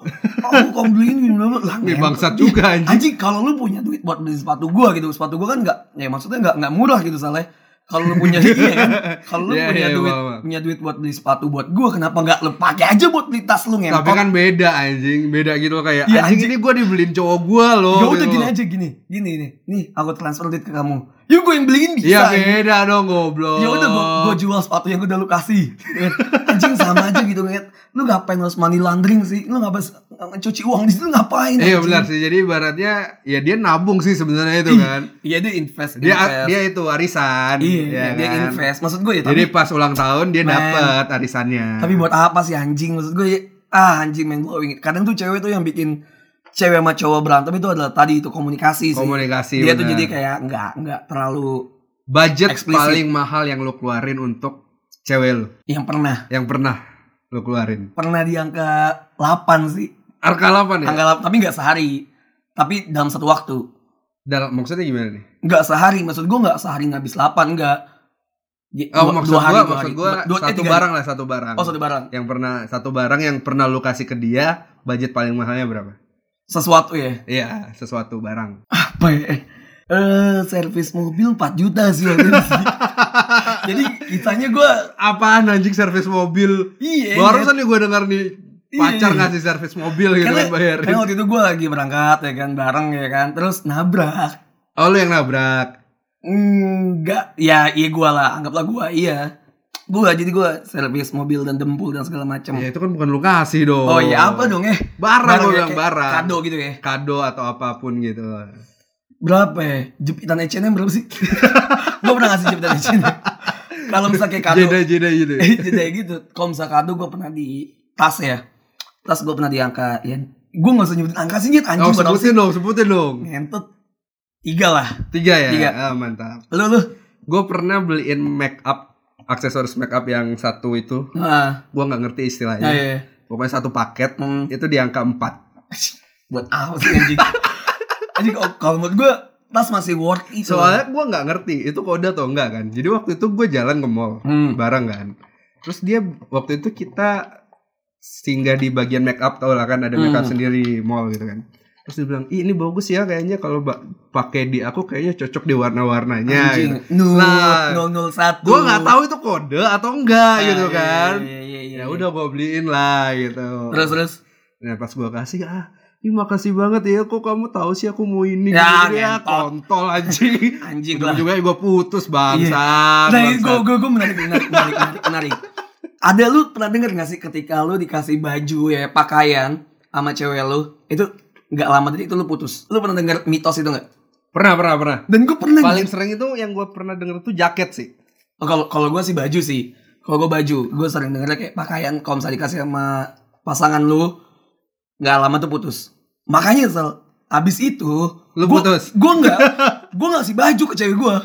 S3: aku kamu beliin gini, bla, bla." lah
S2: Ini
S3: ngempet.
S2: bangsat
S3: Iya,
S2: juga anjing.
S3: anjing kalau lu punya duit buat beli sepatu gue gitu sepatu gue kan nggak ya maksudnya nggak nggak murah gitu saleh kalau lu punya iya kan? kalau lu
S2: Iya,
S3: punya
S2: iya,
S3: duit
S2: paham, paham.
S3: punya duit buat beli sepatu buat gue kenapa nggak lu pakai aja buat beli tas lu ngempet
S2: Tapi kan beda anjing, beda gitu loh kayak
S3: Iya,
S2: anjing,
S3: anjing.
S2: ini gua dibeliin cowok gua loh.
S3: ya udah
S2: gitu
S3: gini
S2: loh.
S3: aja gini gini nih nih aku transfer duit ke kamu yuk gue yang beliin bisa
S2: Iya, beda dong goblok.
S3: ya udah gue gue jual sepatu yang udah lu kasih Eh, anjing sama aja gitu ngeliat lu ngapain harus money laundering sih lu ngapain cuci uang di situ ngapain
S2: Iya
S3: anjing?
S2: benar sih. Jadi ibaratnya ya dia nabung sih sebenarnya itu kan.
S3: iya dia invest
S2: Dia
S3: invest.
S2: dia itu warisan.
S3: iya
S2: ya
S3: dia
S2: kan?
S3: invest maksud gue ya tapi
S2: Jadi pas ulang tahun dia
S3: Man.
S2: dapat arisannya.
S3: tapi buat apa sih anjing maksud gue ya, ah anjing main blowing kadang tuh cewek tuh yang bikin cewek sama cowok berantem itu adalah tadi itu komunikasi sih
S2: komunikasi
S3: dia tuh
S2: benar.
S3: jadi kayak nggak nggak terlalu
S2: budget
S3: eksplisit.
S2: paling mahal yang lo keluarin untuk cewek lo
S3: yang pernah
S2: yang pernah lo keluarin.
S3: pernah di angka 8 sih.
S2: Arka 8 ya?
S3: Angka 8, tapi nggak sehari. Tapi dalam satu waktu.
S2: Dalam maksudnya gimana nih?
S3: Nggak sehari, maksud gua nggak sehari ngabis 8, nggak. Di-
S2: Oh,
S3: dua-
S2: maksud
S3: dua hari,
S2: gua,
S3: dua
S2: maksud
S3: hari.
S2: gua
S3: Dua- dua- eh,
S2: satu
S3: tiga
S2: barang lah, satu barang.
S3: hari. Oh, satu barang.
S2: Yang pernah satu barang yang pernah lo kasih ke dia, budget paling mahalnya berapa?
S3: Sesuatu ya.
S2: Iya, sesuatu barang.
S3: Apa ya? Eh, Eh, servis mobil 4 juta sih waktu itu sih. Jadi kitanya gua
S2: Apaan anjing servis mobil?
S3: iya.
S2: Barusan nih gue dengar nih pacar
S3: Iya.
S2: ngasih servis mobil gitu
S3: karena,
S2: kan bayarin.
S3: karena waktu itu gua lagi berangkat ya kan bareng ya kan terus nabrak
S2: Oh lu yang nabrak.
S3: Enggak, ya iya gua lah, anggaplah gua iya. Gua jadi gua servis mobil dan dempul dan segala macam.
S2: Ya itu kan bukan lu kasih dong.
S3: Oh iya apa dong eh?
S2: Barang lu
S3: ya,
S2: bilang
S3: kayak
S2: barang.
S3: Kado gitu ya.
S2: Kado atau apapun gitu.
S3: Berapa ya? Jepitan H&M berapa sih? gua pernah ngasih jepitan H&M. Kalau misalnya kayak kado,
S2: Jeda jeda jeda.
S3: eh, jadi kayak gitu. Kalau misalnya kado gua pernah di tas ya. Tas gua pernah di angka ya. Gua enggak usah nyebutin angka sih, nyet anjing
S2: Oh,
S3: gua tahu sih.
S2: sebutin dong, sebutin dong.
S3: Ngentot. Tiga lah.
S2: Tiga ya.
S3: Tiga.
S2: Ah, mantap.
S3: Lu lu.
S2: Gue pernah beliin make up aksesoris make up yang satu itu,
S3: Nah,
S2: gue nggak ngerti
S3: ya,
S2: istilahnya.
S3: ya, ya.
S2: Pokoknya satu paket
S3: Hmm.
S2: itu di angka empat.
S3: buat apa sih anjing anjing kalau- kalau menurut gue tas masih worth it loh.
S2: Soalnya gue nggak ngerti itu kode atau enggak kan. Jadi waktu itu gue jalan ke mall.
S3: hmm.
S2: barang kan. Terus dia waktu itu kita singgah di bagian make up tau lah kan ada make up
S3: Hmm.
S2: sendiri di mall gitu kan. Terus dia bilang, "Ih, ini bagus ya kayaknya kalau ba- pakai di aku kayaknya cocok di warna-warnanya."
S3: anjing
S2: Gitu.
S3: nul
S2: Nah,
S3: nol nol satu Ah,
S2: Gua nggak tahu itu kode atau enggak gitu kan.
S3: iya, iya, iya,
S2: Ya
S3: iya.
S2: udah gua beliin lah gitu.
S3: terus terus
S2: Nah, pas gua kasih ah Ih makasih banget ya, kok kamu tahu sih aku mau ini
S3: Ya,
S2: gitu ya,
S3: ngentot.
S2: kontol anjing.
S3: anjing
S2: Ujung
S3: lah
S2: juga gue putus bangsat. Ah,
S3: nah gue
S2: bangsat.
S3: gue gue menarik menarik menarik menarik, menarik. ada lu pernah denger gak sih ketika lu dikasih baju ya pakaian sama cewek lu itu nggak lama dari itu lu putus lu pernah denger mitos itu nggak
S2: Pernah, pernah, pernah.
S3: dan gue pernah
S2: paling sering itu yang gue pernah denger tuh jaket sih
S3: Oh, kalau kalau gue sih baju sih. Kalau gue baju, gue sering dengernya kayak pakaian kalau misalnya dikasih sama pasangan lu nggak lama tuh putus. Makanya sel, abis itu
S2: Lu putus?
S3: Gue nggak, gue ngasih baju ke cewek gue.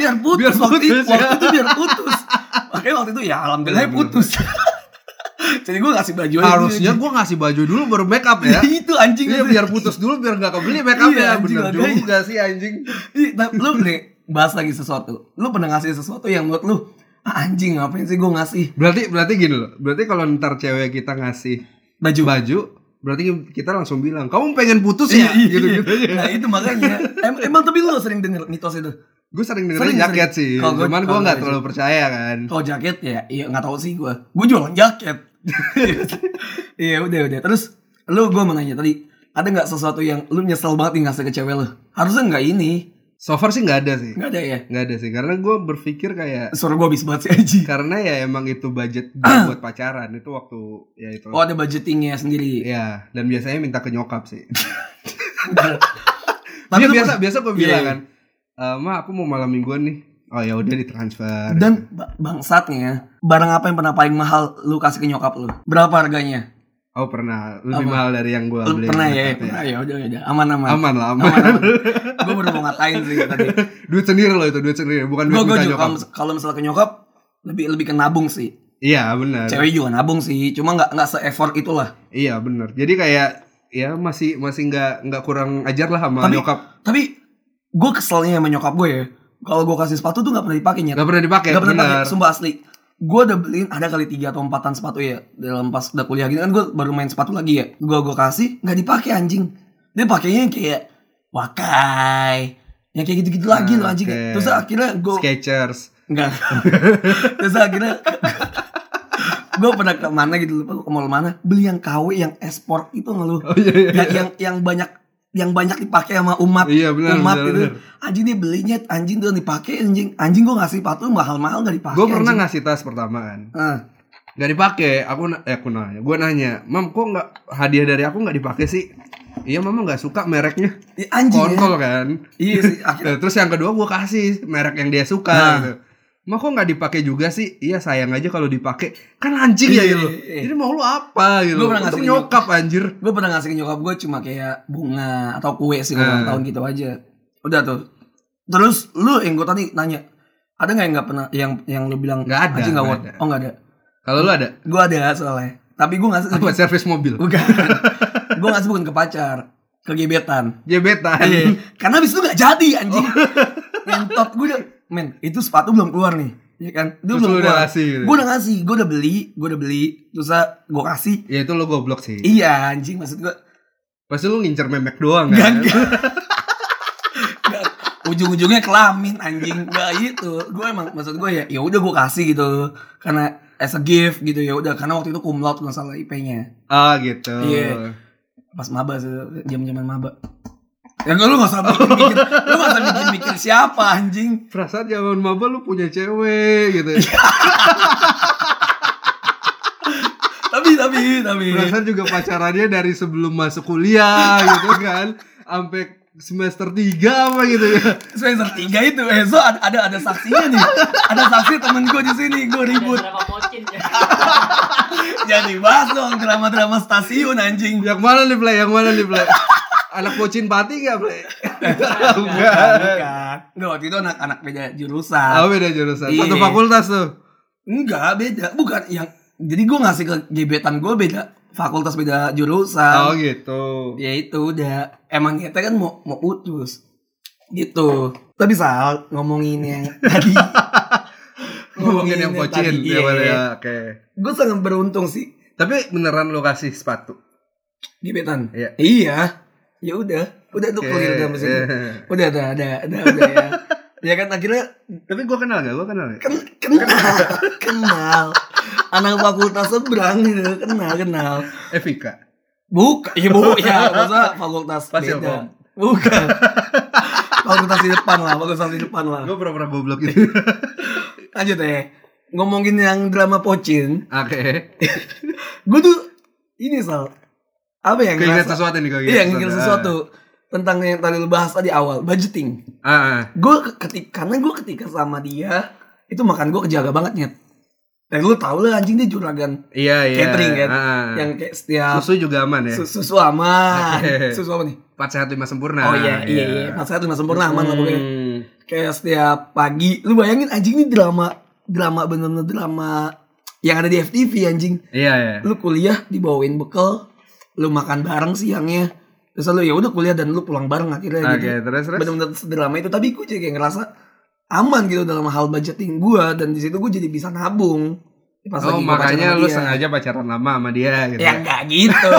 S3: biar putus
S2: Biar
S3: waktu, itu,
S2: putus, ya. Iya,
S3: waktu itu biar putus. Makanya waktu itu ya alhamdulillah
S2: Bener,
S3: putus. Jadi gue ngasih baju aja.
S2: Harusnya gue ngasih baju dulu baru make up ya.
S3: ya. itu anjing.
S2: Iya biar putus dulu biar nggak kebeli make up
S3: Iya,
S2: ya.
S3: anjing,
S2: Bener
S3: makanya.
S2: juga sih anjing.
S3: Ih, tapi lu nih bahas lagi sesuatu. Lu pernah ngasih sesuatu yang menurut lu ah, anjing ngapain sih gue ngasih
S2: Berarti berarti gini loh. Berarti kalau ntar cewek kita ngasih
S3: baju?
S2: baju, berarti kita langsung bilang kamu pengen putus
S3: Iya,
S2: ya
S3: iya,
S2: gitu
S3: iya.
S2: gitu aja.
S3: Nah itu makanya. Em- emang tapi lu sering denger mitos itu.
S2: Gue sering
S3: Sering,
S2: dengerin jaket
S3: sering.
S2: sih.
S3: Kalau gua-
S2: Cuman gue
S3: kalau
S2: nggak
S3: gua-
S2: terlalu percaya kan.
S3: Kalau jaket ya, iya nggak tahu sih gue. Gue jualan jaket. Iya udah udah. Terus lu gue mau nanya tadi ada nggak sesuatu yang lu nyesel banget nih ngasih ke cewek lu? Harusnya nggak ini,
S2: So far sih nggak ada sih.
S3: nggak ada ya.
S2: Nggak ada sih karena gue berpikir kayak
S3: Suara gue habis banget sih Aji.
S2: karena ya emang itu budget gua buat pacaran itu waktu ya itu.
S3: Oh ada budgetingnya sendiri.
S2: Ya, dan biasanya minta ke nyokap sih.
S3: tapi
S2: Dia
S3: lu
S2: biasa biasa gue
S3: Iya,
S2: bilang
S3: iya.
S2: kan, "Eh, ma aku mau malam mingguan nih. Oh ya udah ditransfer.
S3: Dan ba- bangsatnya, barang apa yang pernah paling mahal lu kasih ke nyokap lu? Berapa harganya?
S2: oh pernah lebih
S3: Apa?
S2: mahal dari yang gue
S3: Lu
S2: beli.
S3: pernah ya? Pernah ya, udah udah aman aman.
S2: Aman lah, aman.
S3: aman, aman. gue baru mau ngatain sih tadi.
S2: duit sendiri loh itu duit sendiri, bukan duit
S3: Gue gue
S2: Kan minta
S3: juga
S2: nyokap.
S3: kalau mis- kalau misalnya ke nyokap lebih lebih ke nabung sih.
S2: Iya benar.
S3: Cewek juga nabung sih, cuma nggak nggak se effort itulah.
S2: Iya benar. Jadi kayak ya masih masih nggak nggak kurang ajar lah sama
S3: Tapi-
S2: nyokap.
S3: Tapi gue keselnya sama nyokap gue ya. Kalau gue kasih sepatu tuh nggak pernah dipakai nyet.
S2: Gak pernah dipakai.
S3: Nggak pernah dipakai,
S2: benar.
S3: sumpah asli. Gue udah beliin ada kali tiga atau empatan sepatu ya dalam pas udah kuliah gitu kan gue baru main sepatu lagi ya. Gue gue kasih nggak dipakai anjing. Dia pakainya yang kayak wakai. Yang kayak gitu-gitu lagi loh anjing.
S2: Oke.
S3: Terus akhirnya gue
S2: Skechers.
S3: Enggak. Terus akhirnya gue pernah ke mana gitu lupa gua ke mall mana beli yang KW yang esport itu nggak lu
S2: Oh iya iya.
S3: yang, yang yang banyak yang banyak dipakai sama umat
S2: Iya benar.
S3: umat
S2: benar,
S3: gitu
S2: benar.
S3: anjing dia belinya anjing tuh dipakai anjing anjing gue ngasih sepatu mahal-mahal nggak dipakai
S2: Gue pernah
S3: anjing.
S2: ngasih tas pertama kan.
S3: Eh,
S2: Gak dipakai. Aku na- eh aku nanya. Gue nanya, mam kok nggak hadiah dari aku nggak dipakai sih? Iya mama nggak suka mereknya.
S3: ya, anjing ya.
S2: Kontol kan.
S3: iya sih
S2: Nah,
S3: akhirnya
S2: terus yang kedua gue kasih merek yang dia suka.
S3: Nah.
S2: Gitu. Ma kok nggak dipakai juga sih? Iya sayang aja kalau dipakai kan anjing ya
S3: Iya,
S2: gitu.
S3: iya, iya.
S2: Jadi mau lu apa gitu?
S3: Gua pernah
S2: Untung
S3: ngasih ke
S2: nyokap anjir.
S3: gue pernah ngasih ke nyokap gue cuma kayak bunga atau kue sih
S2: Eh.
S3: ulang tahun gitu aja udah tuh terus lu yang gue tadi nanya ada nggak yang nggak pernah yang yang lu bilang
S2: Nggak ada,
S3: anjing nggak
S2: nggak
S3: worth
S2: ada.
S3: oh nggak ada
S2: Kalau lu ada
S3: Gue ada ya soalnya. Tapi gue ngasih
S2: apa servis mobil?
S3: bukan. gue ngasih bukan ke pacar, ke gebetan. Iya,
S2: Gebetan.
S3: Karena habis itu gak jadi anjing.
S2: Oh.
S3: Ngentot gue udah men, itu sepatu belum keluar nih. Ya kan? Itu
S2: Terus
S3: belum
S2: lu udah
S3: keluar.
S2: ngasih gitu.
S3: Gue udah ngasih, gue udah beli, gue udah beli. Terus gue kasih.
S2: Ya itu lu goblok sih.
S3: Iya anjing maksud gue
S2: Pasti lu ngincer memek doang
S3: Gak,
S2: kan.
S3: gak. Gak. ujung-ujungnya kelamin anjing gak gitu gue emang maksud gue ya ya udah gue kasih gitu karena as a gift gitu ya udah karena waktu itu kumlaut nggak salah IP-nya
S2: Ah gitu.
S3: Iya. pas maba sih jam-jaman maba ya enggak, lu gak usah mikir, mikir lu gak usah mikir mikir siapa anjing
S2: Perasaan zaman maba lu punya cewek gitu.
S3: tapi tapi tapi
S2: Perasaan juga pacarannya dari sebelum masuk kuliah gitu kan. Sampai semester 3 apa gitu ya.
S3: semester tiga itu eh so ada ada, ada saksinya nih ada saksi temen gue di sini gue ribut
S1: Berapa pocin ya?
S3: jadi bahas dong drama drama stasiun anjing
S2: Yang mana nih play? Yang mana nih play? Anak pocin pati gak play?
S3: bukan
S2: Enggak.
S3: bukan. Enggak, waktu itu anak-anak beda
S2: Ah
S3: jurusan
S2: beda jurusan. Satu
S3: Iya.
S2: fakultas tuh.
S3: enggak beda bukan yang jadi gue ngasih ke gebetan gue beda fakultas beda
S2: Oh
S3: jurusan
S2: gitu.
S3: ya itu udah emang kita kan mau mau putus gitu tapi Sal ngomongin yang tadi
S2: Ngomongin yang pocin
S3: tadi,
S2: ya,
S3: iya.
S2: boleh, ya. Oke.
S3: gue sangat beruntung sih
S2: Tapi beneran lo kasih sepatu.
S3: gebetan
S2: Iya.
S3: iya ya udah udah tuh
S2: Oke.
S3: clear udah mesin udah ada ada ada udah ya ya kan akhirnya
S2: Tapi gua kenal gak? Gua kenal gak?
S3: ken- kenal kenal anak fakultas seberang gitu kenal kenal
S2: Evika.
S3: Bukan,
S2: Iya,
S3: ya bu, ya masa fakultas
S2: Pasti
S3: beda.
S2: Ilkom.
S3: Bukan. fakultas di depan lah, fakultas di depan lah.
S2: Gue pura-pura goblok gitu.
S3: Lanjut ya. Ngomongin yang drama pocin,
S2: Oke.
S3: gue tuh ini sal apa yang
S2: Keinget
S3: ngerasa?
S2: sesuatu nih kalau
S3: Iya, yang ingat sesuatu tentang yang tadi lu bahas tadi awal budgeting.
S2: Ah, ah.
S3: Gue ketika karena gue ketika sama dia itu makan gue kejaga banget nyet. Dan lu tau lah anjing dia juragan
S2: Iya, iya.
S3: catering kan,
S2: Ah.
S3: yang kayak setiap
S2: susu juga aman ya.
S3: su- susu aman,
S2: Oke.
S3: susu apa nih?
S2: Empat sehat lima sempurna.
S3: oh iya iya iya. Mas Sehat lima sempurna aman lah pokoknya.
S2: Hmm.
S3: Kayak setiap pagi, lu bayangin anjing ini drama drama bener-bener drama yang ada di FTV anjing
S2: Iya ya.
S3: lu kuliah dibawain bekal lu makan bareng siangnya terus lu ya udah kuliah dan lu pulang bareng akhirnya
S2: Oke,
S3: gitu
S2: terus terus.
S3: benar-benar sederama itu tapi gue jadi kayak ngerasa aman gitu dalam hal budgeting gue dan di situ gue jadi bisa nabung pas
S2: Oh,
S3: lagi gua pacaran
S2: makanya
S3: sama
S2: lu
S3: dia.
S2: sengaja pacaran lama sama dia gitu.
S3: ya enggak gitu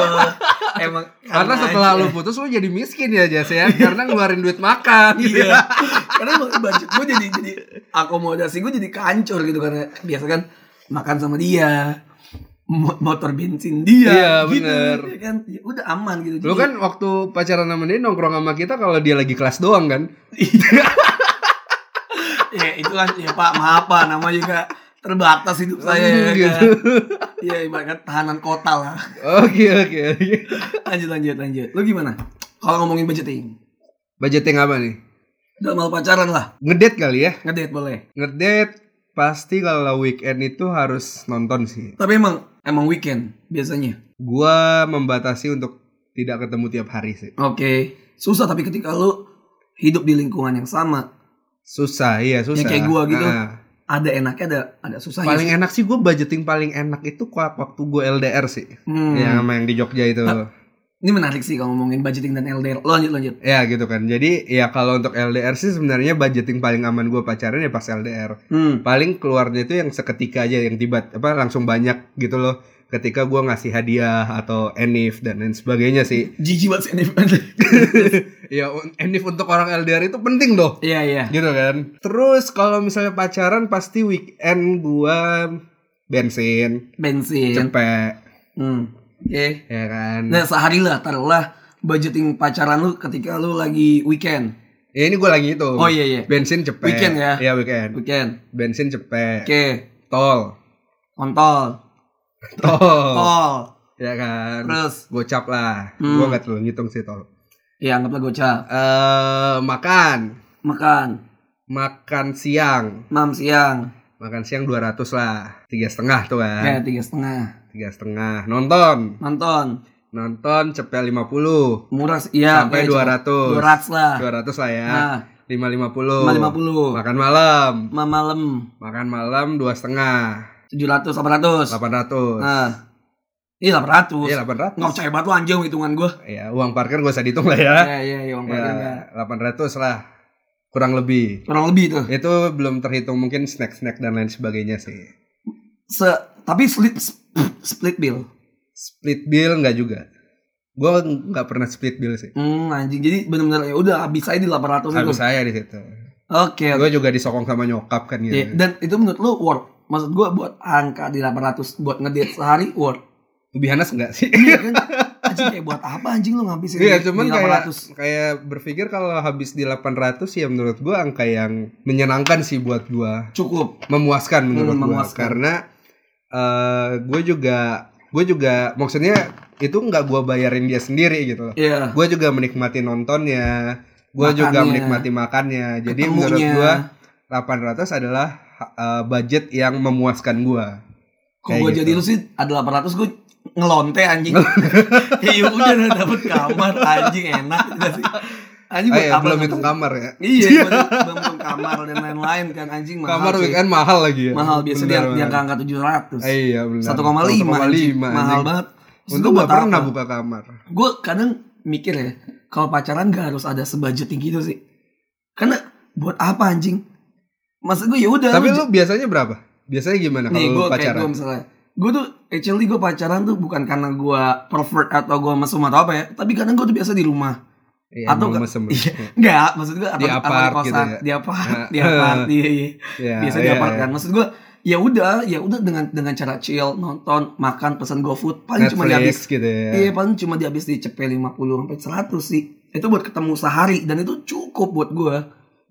S3: emang
S2: Karena setelah lu putus lu jadi miskin ya Jas ya karena ngeluarin duit makan gitu.
S3: Iya. karena emang budget gue jadi jadi akomodasi gue jadi kancur gitu karena biasa kan makan sama dia, mo- motor bensin dia,
S2: Iya,
S3: gitu,
S2: bener.
S3: ya kan Ya udah aman gitu.
S2: Lu
S3: Jadi-
S2: kan waktu pacaran sama dia nongkrong sama kita kalau dia lagi kelas doang kan.
S3: ya itu kan ya Pak maaf Pak namanya juga terbatas hidup saya ya kan.
S2: Gitu.
S3: Iya ibarat kata tahanan kota lah.
S2: Oke oke oke.
S3: Lanjut lanjut lanjut. Lu gimana? Kalau ngomongin budgeting
S2: Budgeting apa nih?
S3: dalam hal pacaran lah,
S2: Ngedate kali ya.
S3: ngedate boleh.
S2: Ngedate pasti kalau weekend itu harus nonton sih.
S3: Tapi emang emang weekend biasanya.
S2: Gua membatasi untuk tidak ketemu tiap hari sih.
S3: Oke. Susah tapi ketika lu hidup di lingkungan yang sama,
S2: Susah, iya susah.
S3: kayak gua gitu. Ah, iya
S2: Ah.
S3: ada enaknya ada ada susahnya.
S2: Paling enak sih gue budgeting paling enak itu kok waktu gue LDR sih.
S3: Hmm. Ah.
S2: Yang sama yang di Jogja itu.
S3: Ini menarik sih kalau ngomongin budgeting dan LDR. Lanjut lanjut.
S2: Ya gitu kan. Jadi ya kalau untuk LDR sih sebenarnya budgeting paling aman gue pacaran ya pas LDR.
S3: Hmm.
S2: Paling keluarnya itu yang seketika aja yang tiba apa langsung banyak gitu loh. Ketika gue ngasih hadiah atau enif dan lain sebagainya sih.
S3: Jijik banget sih ini.
S2: ya un- enif untuk orang LDR itu penting dong.
S3: Iya iya.
S2: Gitu kan. Terus kalau misalnya pacaran pasti weekend gue bensin,
S3: Bensin.
S2: cepet,
S3: Hmm. Oke.
S2: ya kan.
S3: Iya. Nah sehari lah taruhlah budgeting pacaran lu ketika lu lagi weekend.
S2: Ya ini gue lagi itu.
S3: Oh iya iya.
S2: Bensin cepet.
S3: Weekend ya?
S2: Iya weekend.
S3: Weekend.
S2: Bensin cepet.
S3: Oke.
S2: Tol.
S3: Kontol.
S2: Tol.
S3: Tol.
S2: Ya kan.
S3: Terus
S2: Gocap lah.
S3: Hmm.
S2: Gue gak terlalu ngitung sih tol.
S3: ya anggaplah gocap.
S2: Eh makan.
S3: Makan.
S2: Makan siang.
S3: Mam siang.
S2: Makan siang 200 lah. Tiga setengah tuh kan.
S3: Ya tiga setengah.
S2: Tiga setengah. Nonton.
S3: Nonton.
S2: Nonton cepet 50.
S3: Murah sih. Iya.
S2: Sampai 200.
S3: Dua ratus lah.
S2: 200 lah ya.
S3: Nah.
S2: 550.
S3: Ah. Lima lima puluh.
S2: Makan malam.
S3: Mam malam.
S2: Makan malam dua setengah.
S3: Tujuh ratus. Delapan ratus.
S2: 800.
S3: Nah. Iya delapan ratus.
S2: Iya 800.
S3: Nggak percaya banget lu anjing hitungan gue.
S2: Ya, uang parkir gak usah dihitung lah ya.
S3: Iya iya iya. Bang Padang, ya.
S2: Ya, 800 lah. Kurang lebih.
S3: Kurang lebih tuh.
S2: Itu belum terhitung mungkin snack-snack dan lain sebagainya sih.
S3: Se tapi split split bill.
S2: Split bill nggak juga. Gue nggak pernah split bill sih.
S3: Hmm, anjing. Jadi benar-benar ya udah habis aja di 800 itu.
S2: Harus saya di situ.
S3: Oke, oke.
S2: Gue juga disokong sama nyokap kan
S3: Iya,
S2: gitu.
S3: Dan itu menurut lu worth. Maksud gua buat angka di 800 buat ngedate sehari worth.
S2: Lebih hanas nggak sih?
S3: Iya kan? Anjing kayak buat apa anjing lu ngabisin
S2: Iya,
S3: di-
S2: cuman
S3: di
S2: kayak
S3: 800.
S2: kayak berpikir kalau habis di 800 ya menurut gue angka yang menyenangkan sih buat gue.
S3: cukup.
S2: memuaskan menurut
S3: Hmm,
S2: gua.
S3: memuaskan.
S2: karena gue juga gue juga maksudnya itu nggak gua bayarin dia sendiri gitu loh
S3: Iya.
S2: gue juga menikmati nontonnya gue juga
S3: Makannya.
S2: menikmati makannya jadi menurut
S3: ketemunya.
S2: gue 800 adalah eh, budget yang memuaskan gua
S3: Kok
S2: kayak
S3: gua
S2: gitu.
S3: jadi lu sih ada 800 gua ngelonte anjing. Iya udah udah dapet kamar anjing enak gitu sih. Anjing
S2: ah,
S3: buat
S2: ya,
S3: apa
S2: belum
S3: lu
S2: hitung
S3: ngabisin?
S2: kamar ya
S3: Iya, buat- belum hitung kamar dan lain-lain kan anjing mahal.
S2: kamar
S3: cuy.
S2: weekend mahal lagi ya
S3: mahal biasa dia
S2: Benar,
S3: dia
S2: benar.
S3: angka tujuh ratus
S2: Ah, iya benar
S3: 1,5 koma mahal
S2: anjing.
S3: banget
S2: untung gak pernah buka kamar
S3: gue kadang mikir ya kalau pacaran gak harus ada sebudget gitu sih karena buat apa anjing maksud gue ya udah
S2: tapi lu biasanya berapa biasanya gimana
S3: nih
S2: Nah, kalau lu
S3: gue kayak
S2: pacaran
S3: gue misalnya gue tuh actually gue pacaran tuh bukan karena gue pervert atau gue mesum atau apa ya tapi kadang gue tuh biasa di rumah
S2: Iya,
S3: atau
S2: emang
S3: nggak-
S2: mesem.
S3: iya nggak maksud gue atau
S2: Di
S3: atau
S2: apart gitu
S3: kosan
S2: ya.
S3: di apart
S2: Nah.
S3: di apart iya, iya.
S2: Iya,
S3: biasa
S2: iya,
S3: di apart
S2: iya.
S3: kan maksud gue ya udah ya udah dengan dengan cara chill nonton makan pesan GoFood paling Kan cuma
S2: Netflix
S3: dihabis
S2: gitu ya.
S3: Iya paling cuma dihabis di cepet 50 sampai 100 sih. Itu buat ketemu sehari dan itu cukup buat gue.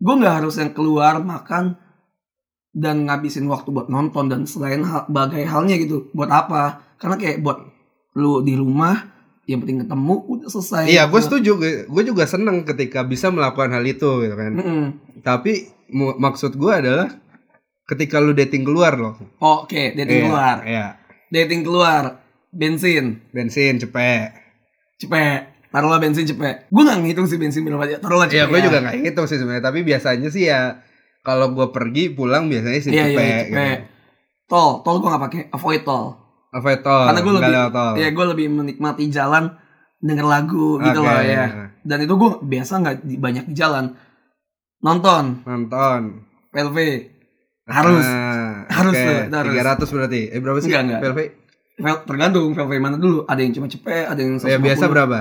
S3: Gue nggak harus yang keluar makan dan ngabisin waktu buat nonton dan selain hal, bagai halnya gitu. Buat apa? Karena kayak buat lu di rumah yang penting ketemu udah selesai.
S2: Iya, gue setuju. Gue juga seneng ketika bisa melakukan hal itu gitu kan.
S3: Mm-mm.
S2: Tapi mu- maksud gue adalah ketika lu dating keluar loh.
S3: Oh, Oke, dating
S2: Iya,
S3: keluar.
S2: Iya.
S3: Dating keluar. Bensin.
S2: Bensin cepet.
S3: Cepet. Taruhlah bensin cepet. Gue gak ngitung sih bensin berapa aja. Taruhlah cepet.
S2: Iya, gue juga nggak gitu sih sebenarnya. Tapi biasanya sih ya kalau gue ya, pergi pulang biasanya sih
S3: Iya,
S2: cepet.
S3: iya,
S2: gitu.
S3: cepet. Tol, tol gue gak pakai, avoid tol.
S2: Apa ya, tol?
S3: Karena gue
S2: Nggak
S3: lebih,
S2: lewat tol.
S3: ya gue lebih menikmati jalan, denger lagu gitu
S2: Oke, iya,
S3: loh ya. Dan itu gue biasa nggak di- banyak di jalan. Nonton,
S2: Nonton.
S3: PLV, Harus.
S2: Ah,
S3: Harus
S2: oke.
S3: tuh, itu harus.
S2: 300 berarti. Eh berapa sih?
S3: Nggak, nggak.
S2: PLV?
S3: Vel- tergantung PLV mana dulu. Ada yang cuma cepet, ada yang
S2: Ya biasa berapa?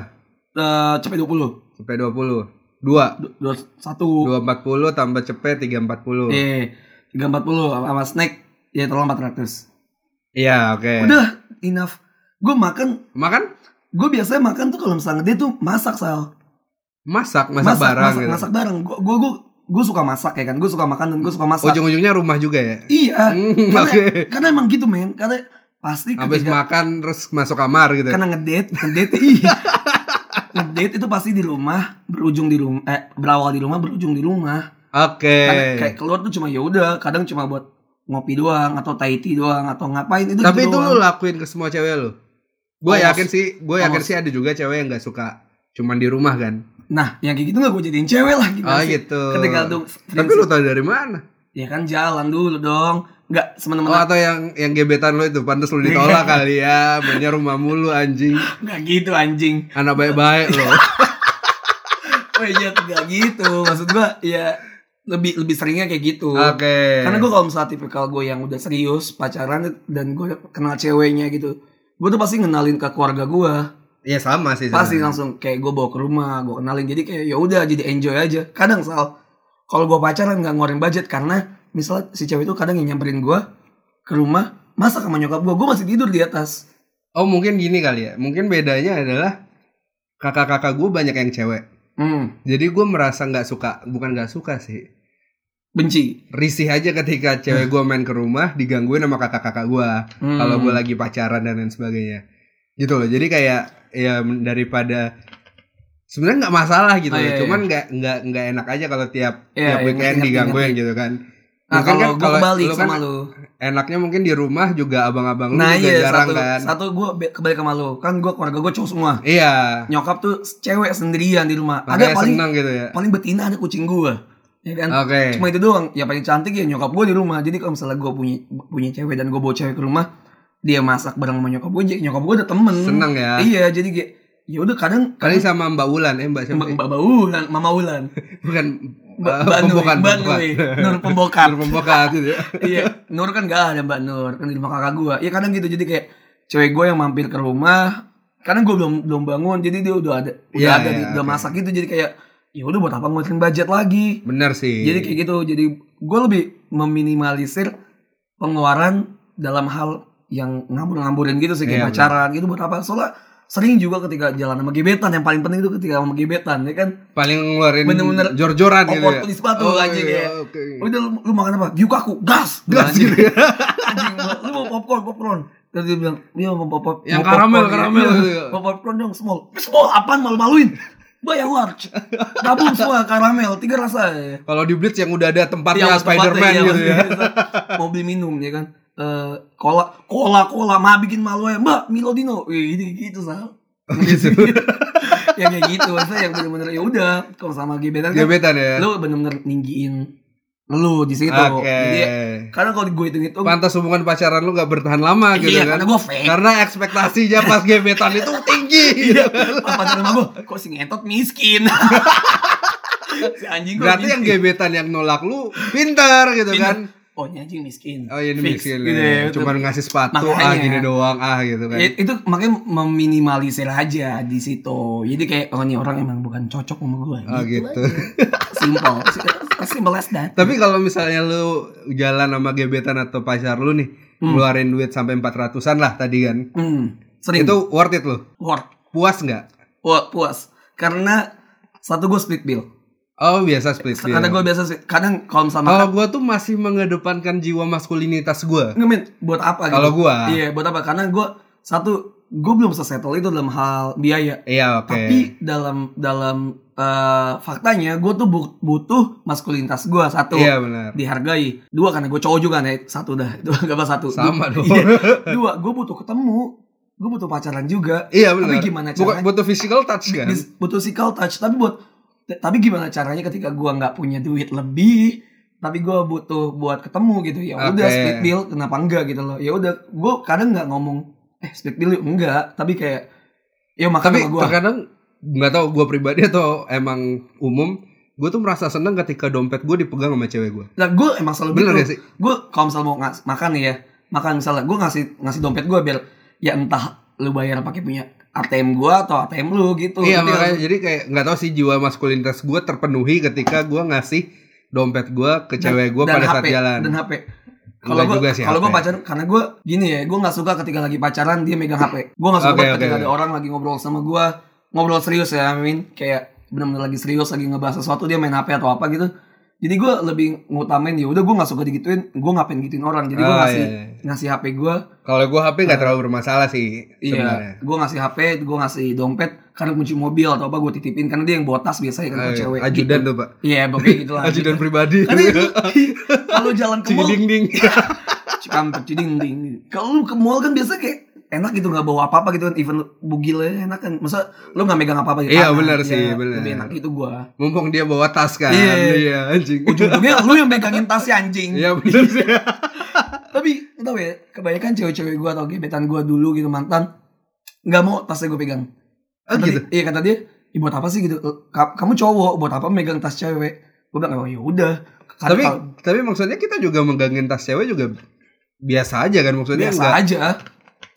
S3: Eh, cepet 20,
S2: Sampai 20. 2.
S3: Du- dua- satu,
S2: 240 tambah cepet 340.
S3: eh, 340 sama sama snack ya tolong 400.
S2: Iya, oke.
S3: Udah enough. Gue makan,
S2: Makan?
S3: gue biasanya makan tuh kalau misalnya dia tuh masak sal.
S2: Masak, masak, barang
S3: masak,
S2: gitu.
S3: masak bareng. Gue gue gue gue suka masak ya kan. Gue suka makan dan gue suka masak.
S2: Ujung-ujungnya rumah juga ya.
S3: Iya.
S2: Hmm,
S3: karena,
S2: Oke.
S3: karena emang gitu men. Karena pasti
S2: Habis
S3: ketika
S2: makan terus masuk kamar gitu.
S3: karena ngedate, ngedate iya. ngedate itu pasti di rumah, berujung di rumah, eh, berawal di rumah, berujung di rumah.
S2: Oke.
S3: Karena kayak keluar tuh cuma ya udah, kadang cuma buat ngopi doang atau tai tea doang atau ngapain itu
S2: Tapi
S3: gitu
S2: itu lu
S3: doang.
S2: lakuin ke semua cewek lu. Gue
S3: Almost.
S2: yakin sih, gue yakin
S3: Almost.
S2: sih ada juga cewek yang nggak suka cuman di rumah kan.
S3: nah yang kayak gitu nggak gue jadiin cewek lah gitu
S2: Oh gitu.
S3: ketika tuh
S2: Tapi lu tau dari mana?
S3: ya kan jalan dulu dong nggak
S2: Oh,
S3: semena-mena
S2: atau yang yang gebetan lu itu pantas lu ditolak kali ya, punya rumah mulu anjing.
S3: nggak gitu anjing
S2: Anak baik-baik lo.
S3: Weh, ya nggak gitu maksud gua ya lebih lebih seringnya kayak gitu
S2: Oke.
S3: karena gua kalau misalnya tipikal gue yang udah serius pacaran dan gue kenal ceweknya gitu gue tuh pasti kenalin ke keluarga gua
S2: Iya sama sih. sama.
S3: pasti langsung kayak gue bawa ke rumah gue kenalin jadi kayak ya udah jadi enjoy aja kadang soal kalau gue pacaran nggak ngeluarin budget karena misalnya si cewek itu kadang yang nyamperin gua ke rumah masak sama nyokap gua, gue masih tidur di atas
S2: Oh mungkin gini kali ya. Mungkin bedanya adalah kakak-kakak gue banyak yang cewek.
S3: hmm,
S2: Jadi gue merasa nggak suka, bukan nggak suka sih.
S3: benci
S2: Risih aja ketika cewek gue main ke rumah digangguin sama kakak-kakak gue.
S3: Hmm.
S2: Kalau gue lagi pacaran dan lain sebagainya. Gitu loh. Jadi kayak ya daripada sebenarnya nggak masalah gitu.
S3: Oh,
S2: loh.
S3: iya, iya.
S2: Cuman nggak nggak nggak enak aja kalau tiap
S3: Iya,
S2: tiap
S3: iya,
S2: weekend
S3: ngerti,
S2: digangguin gitu kan.
S3: Nah,
S2: Mungkin
S3: kalau
S2: kan
S3: gue kebalik
S2: lu kan
S3: sama lu.
S2: enaknya mungkin di rumah juga abang-abang lu
S3: Nah
S2: juga
S3: iya
S2: jarang
S3: satu,
S2: kan.
S3: satu gue kebalik sama lu Kan gue keluarga gue cowok semua
S2: Iya.
S3: Nyokap tuh cewek sendirian di rumah Ada
S2: Makanya
S3: paling
S2: seneng gitu ya.
S3: paling betina ada kucing gue ya kan?
S2: Oke.
S3: Cuma itu doang Yang paling cantik ya nyokap gue di rumah Jadi kalau misalnya gue punya punya cewek dan gue bawa cewek ke rumah Dia masak bareng sama nyokap gue Jadi nyokap gue ada temen
S2: Seneng ya.
S3: Iya jadi kayak ya udah kadang
S2: Kali sama Mbak Wulan ya Mbak siapa?
S3: Mbak, mbak Ulan, Mama Ulan
S2: Bukan
S3: Mbak
S2: eh,
S3: Mbak Nui,
S2: pembokat,
S3: Mbak
S2: pembokat.
S3: Nui, Nur Pembokat
S2: Nur pembokat gitu ya.
S3: iya Nur kan gak ada Mbak Nur kan di rumah kakak gue ya kadang gitu jadi kayak cewek gue yang mampir ke rumah kadang gue belum belum bangun jadi dia udah ada udah
S2: Iya,
S3: ada
S2: iya,
S3: di- udah
S2: oke.
S3: masak gitu jadi kayak ya udah buat apa ngurusin budget lagi
S2: Bener sih.
S3: jadi kayak gitu jadi gue lebih meminimalisir pengeluaran dalam hal yang ngambur-ngamburin gitu sih
S2: Iya,
S3: kayak
S2: bener.
S3: pacaran gitu buat apa soalnya sering juga ketika jalan sama gebetan yang paling penting itu ketika sama gebetan ya kan
S2: paling ngeluarin
S3: Bener-bener
S2: jor-joran gitu ya.
S3: opor di sepatu anjing
S2: iya,
S3: ya
S2: oke.
S3: udah lu, lu makan apa? Hiu kaku, gas,
S2: Gas
S3: Anjing.
S2: gitu ya.
S3: Anjing, lu mau popcorn, popcorn. Terus dia bilang, iya mau pop pop.
S2: Yang
S3: mau
S2: karamel,
S3: popcorn,
S2: karamel
S3: iya.
S2: gitu ya.
S3: Mau popcorn dong, small. Small apaan malu-maluin? Bayar large. Gabung semua karamel, tiga rasa. ya.
S2: Kalau di Blitz yang udah ada tempatnya
S3: Yang tempatnya,
S2: Spider-Man
S3: iya,
S2: gitu ya.
S3: maksudnya. Mau beli minum ya kan. Eh, kola, kola, kola, mah bikin malu ya, mbak, Milodino, Wih, gitu, gitu sal.
S2: Gitu.
S3: yang kayak gitu, maksudnya yang bener-bener ya udah, kalau sama gebetan kan,
S2: Gebetan ya.
S3: lu bener-bener ninggiin lu di situ.
S2: Oke.
S3: Jadi karena kalau gue hitung-hitung
S2: Pantas hubungan pacaran lu gak bertahan lama gitu
S3: Iya,
S2: kan.
S3: karena gue fake.
S2: Karena ekspektasinya pas gebetan itu tinggi. gitu.
S3: Iya, apa cara gue? Kok si ngentot miskin? si anjing gue
S2: Berarti yang gebetan yang nolak lu pintar gitu
S3: Pinter.
S2: kan.
S3: Oh, ini anjing miskin.
S2: Oh iya ini
S3: Fix.
S2: miskin
S3: Gitu
S2: ya.
S3: ya,
S2: Cuman
S3: betul.
S2: ngasih sepatu ah
S3: Makanya. Iya.
S2: gini doang ah gitu kan.
S3: I- Ya, itu makanya meminimalisir aja di situ. Jadi kayak oh ini orang emang bukan cocok sama gue.
S2: Oh gitu.
S3: Simple, Si- simple as that.
S2: Tapi kalau misalnya lu jalan sama gebetan atau pacar lu nih, ngeluarin duit sampai 400-an lah tadi kan.
S3: Hmm, sering
S2: Itu worth it lu?
S3: work,
S2: Puas nggak?
S3: Pu- puas. Karena satu gue split bill.
S2: Oh, biasa split bill.
S3: Karena gue biasa split- kadang kalau misalnya makan,
S2: Kalau gua tuh masih mengedepankan jiwa maskulinitas gua.
S3: nggak, men, buat apa gitu.
S2: Kalau gua.
S3: Iya, buat apa? Karena gue satu gue belum sesettle itu dalam hal biaya.
S2: Iya, oke.
S3: tapi dalam dalam eh, faktanya gue tuh bu- butuh maskulinitas gue satu
S2: Iya, benar.
S3: dihargai dua karena gue cowok juga nih satu dah itu gak apa satu
S2: Sama
S3: Dua-
S2: dong.
S3: iya. dua gue butuh ketemu gue butuh pacaran juga
S2: Iya,
S3: tapi
S2: benar.
S3: gimana
S2: Bukan
S3: caranya
S2: butuh physical touch kan?
S3: Dis- butuh physical touch tapi buat tapi gimana caranya ketika gue nggak punya duit lebih tapi gue butuh buat ketemu gitu ya udah
S2: Oke.
S3: split bill kenapa enggak gitu loh ya udah gue kadang nggak ngomong eh split bill yuk enggak tapi kayak yo makan
S2: Tapi
S3: sama gue
S2: terkadang nggak tahu gue pribadi atau emang umum, gue tuh merasa seneng ketika dompet gue dipegang sama cewek gue.
S3: nah gue emang selalu
S2: Bener
S3: gitu
S2: gak sih?
S3: gue kalau misalnya mau ngas- makan nih ya makan misalnya gue ngasih ngasih dompet gue biar ya entah lu bayar pakai punya ATM gue atau ATM lu gitu
S2: iya
S3: Nanti
S2: makanya jadi kayak nggak tahu sih jiwa maskulinitas gue terpenuhi ketika gue ngasih dompet gue ke
S3: Dan-
S2: cewek gue
S3: dan
S2: pada saat
S3: HP,
S2: jalan.
S3: dan HP kalau
S2: Enggak
S3: gue
S2: juga sih
S3: kalau
S2: HP.
S3: gue pacaran karena gue gini ya gue nggak suka ketika lagi pacaran dia megang HP gue nggak suka
S2: Oke,
S3: banget
S2: oke,
S3: ketika
S2: oke.
S3: ada orang lagi ngobrol sama gue ngobrol serius ya I mean kayak benar-benar lagi serius lagi ngebahas sesuatu dia main HP atau apa gitu jadi gue lebih ngutamain ya udah gue nggak suka digituin gue ngapain gituin orang jadi gue
S2: Oh,
S3: ngasih
S2: iya, iya.
S3: ngasih HP gue
S2: Kalau gue HP nggak terlalu bermasalah sih sebenarnya.
S3: Nah. Iya, gue ngasih HP, gue ngasih dompet, karena kunci mobil atau apa gue titipin karena dia yang bawa tas biasanya kan
S2: Ah,
S3: kalau
S2: iya.
S3: cewek.
S2: Ajudan tuh pak.
S3: Iya, pokoknya gitu lah.
S2: Ajudan pribadi.
S3: Karena itu kalau jalan ke mall,
S2: Cigiding ding.
S3: Cikampek ding ding. Kalau lu ke mall kan biasa kayak enak gitu nggak bawa apa-apa gitu kan even lu bugilnya enak kan masa lu nggak megang apa-apa gitu
S2: Iya, benar sih, benar.
S3: lebih enak gitu gua
S2: Mumpung dia bawa tas kan.
S3: Iya.
S2: Iya anjing.
S3: ujung-ujungnya lu yang megangin tasnya anjing
S2: Iya benar sih.
S3: Kan tapi lu tau ya kebanyakan cewek-cewek gua atau gebetan gua dulu gitu mantan nggak mau tasnya gua pegang
S2: Ah,
S3: Kata
S2: gitu?
S3: dia- iya kata dia "Ih, buat apa sih gitu Ka- kamu cowok buat apa megang tas cewek gua bilang oh ya udah Karena
S2: tapi
S3: kalau-
S2: tapi maksudnya kita juga menggangin tas cewek juga biasa aja kan maksudnya
S3: biasa
S2: enggak
S3: aja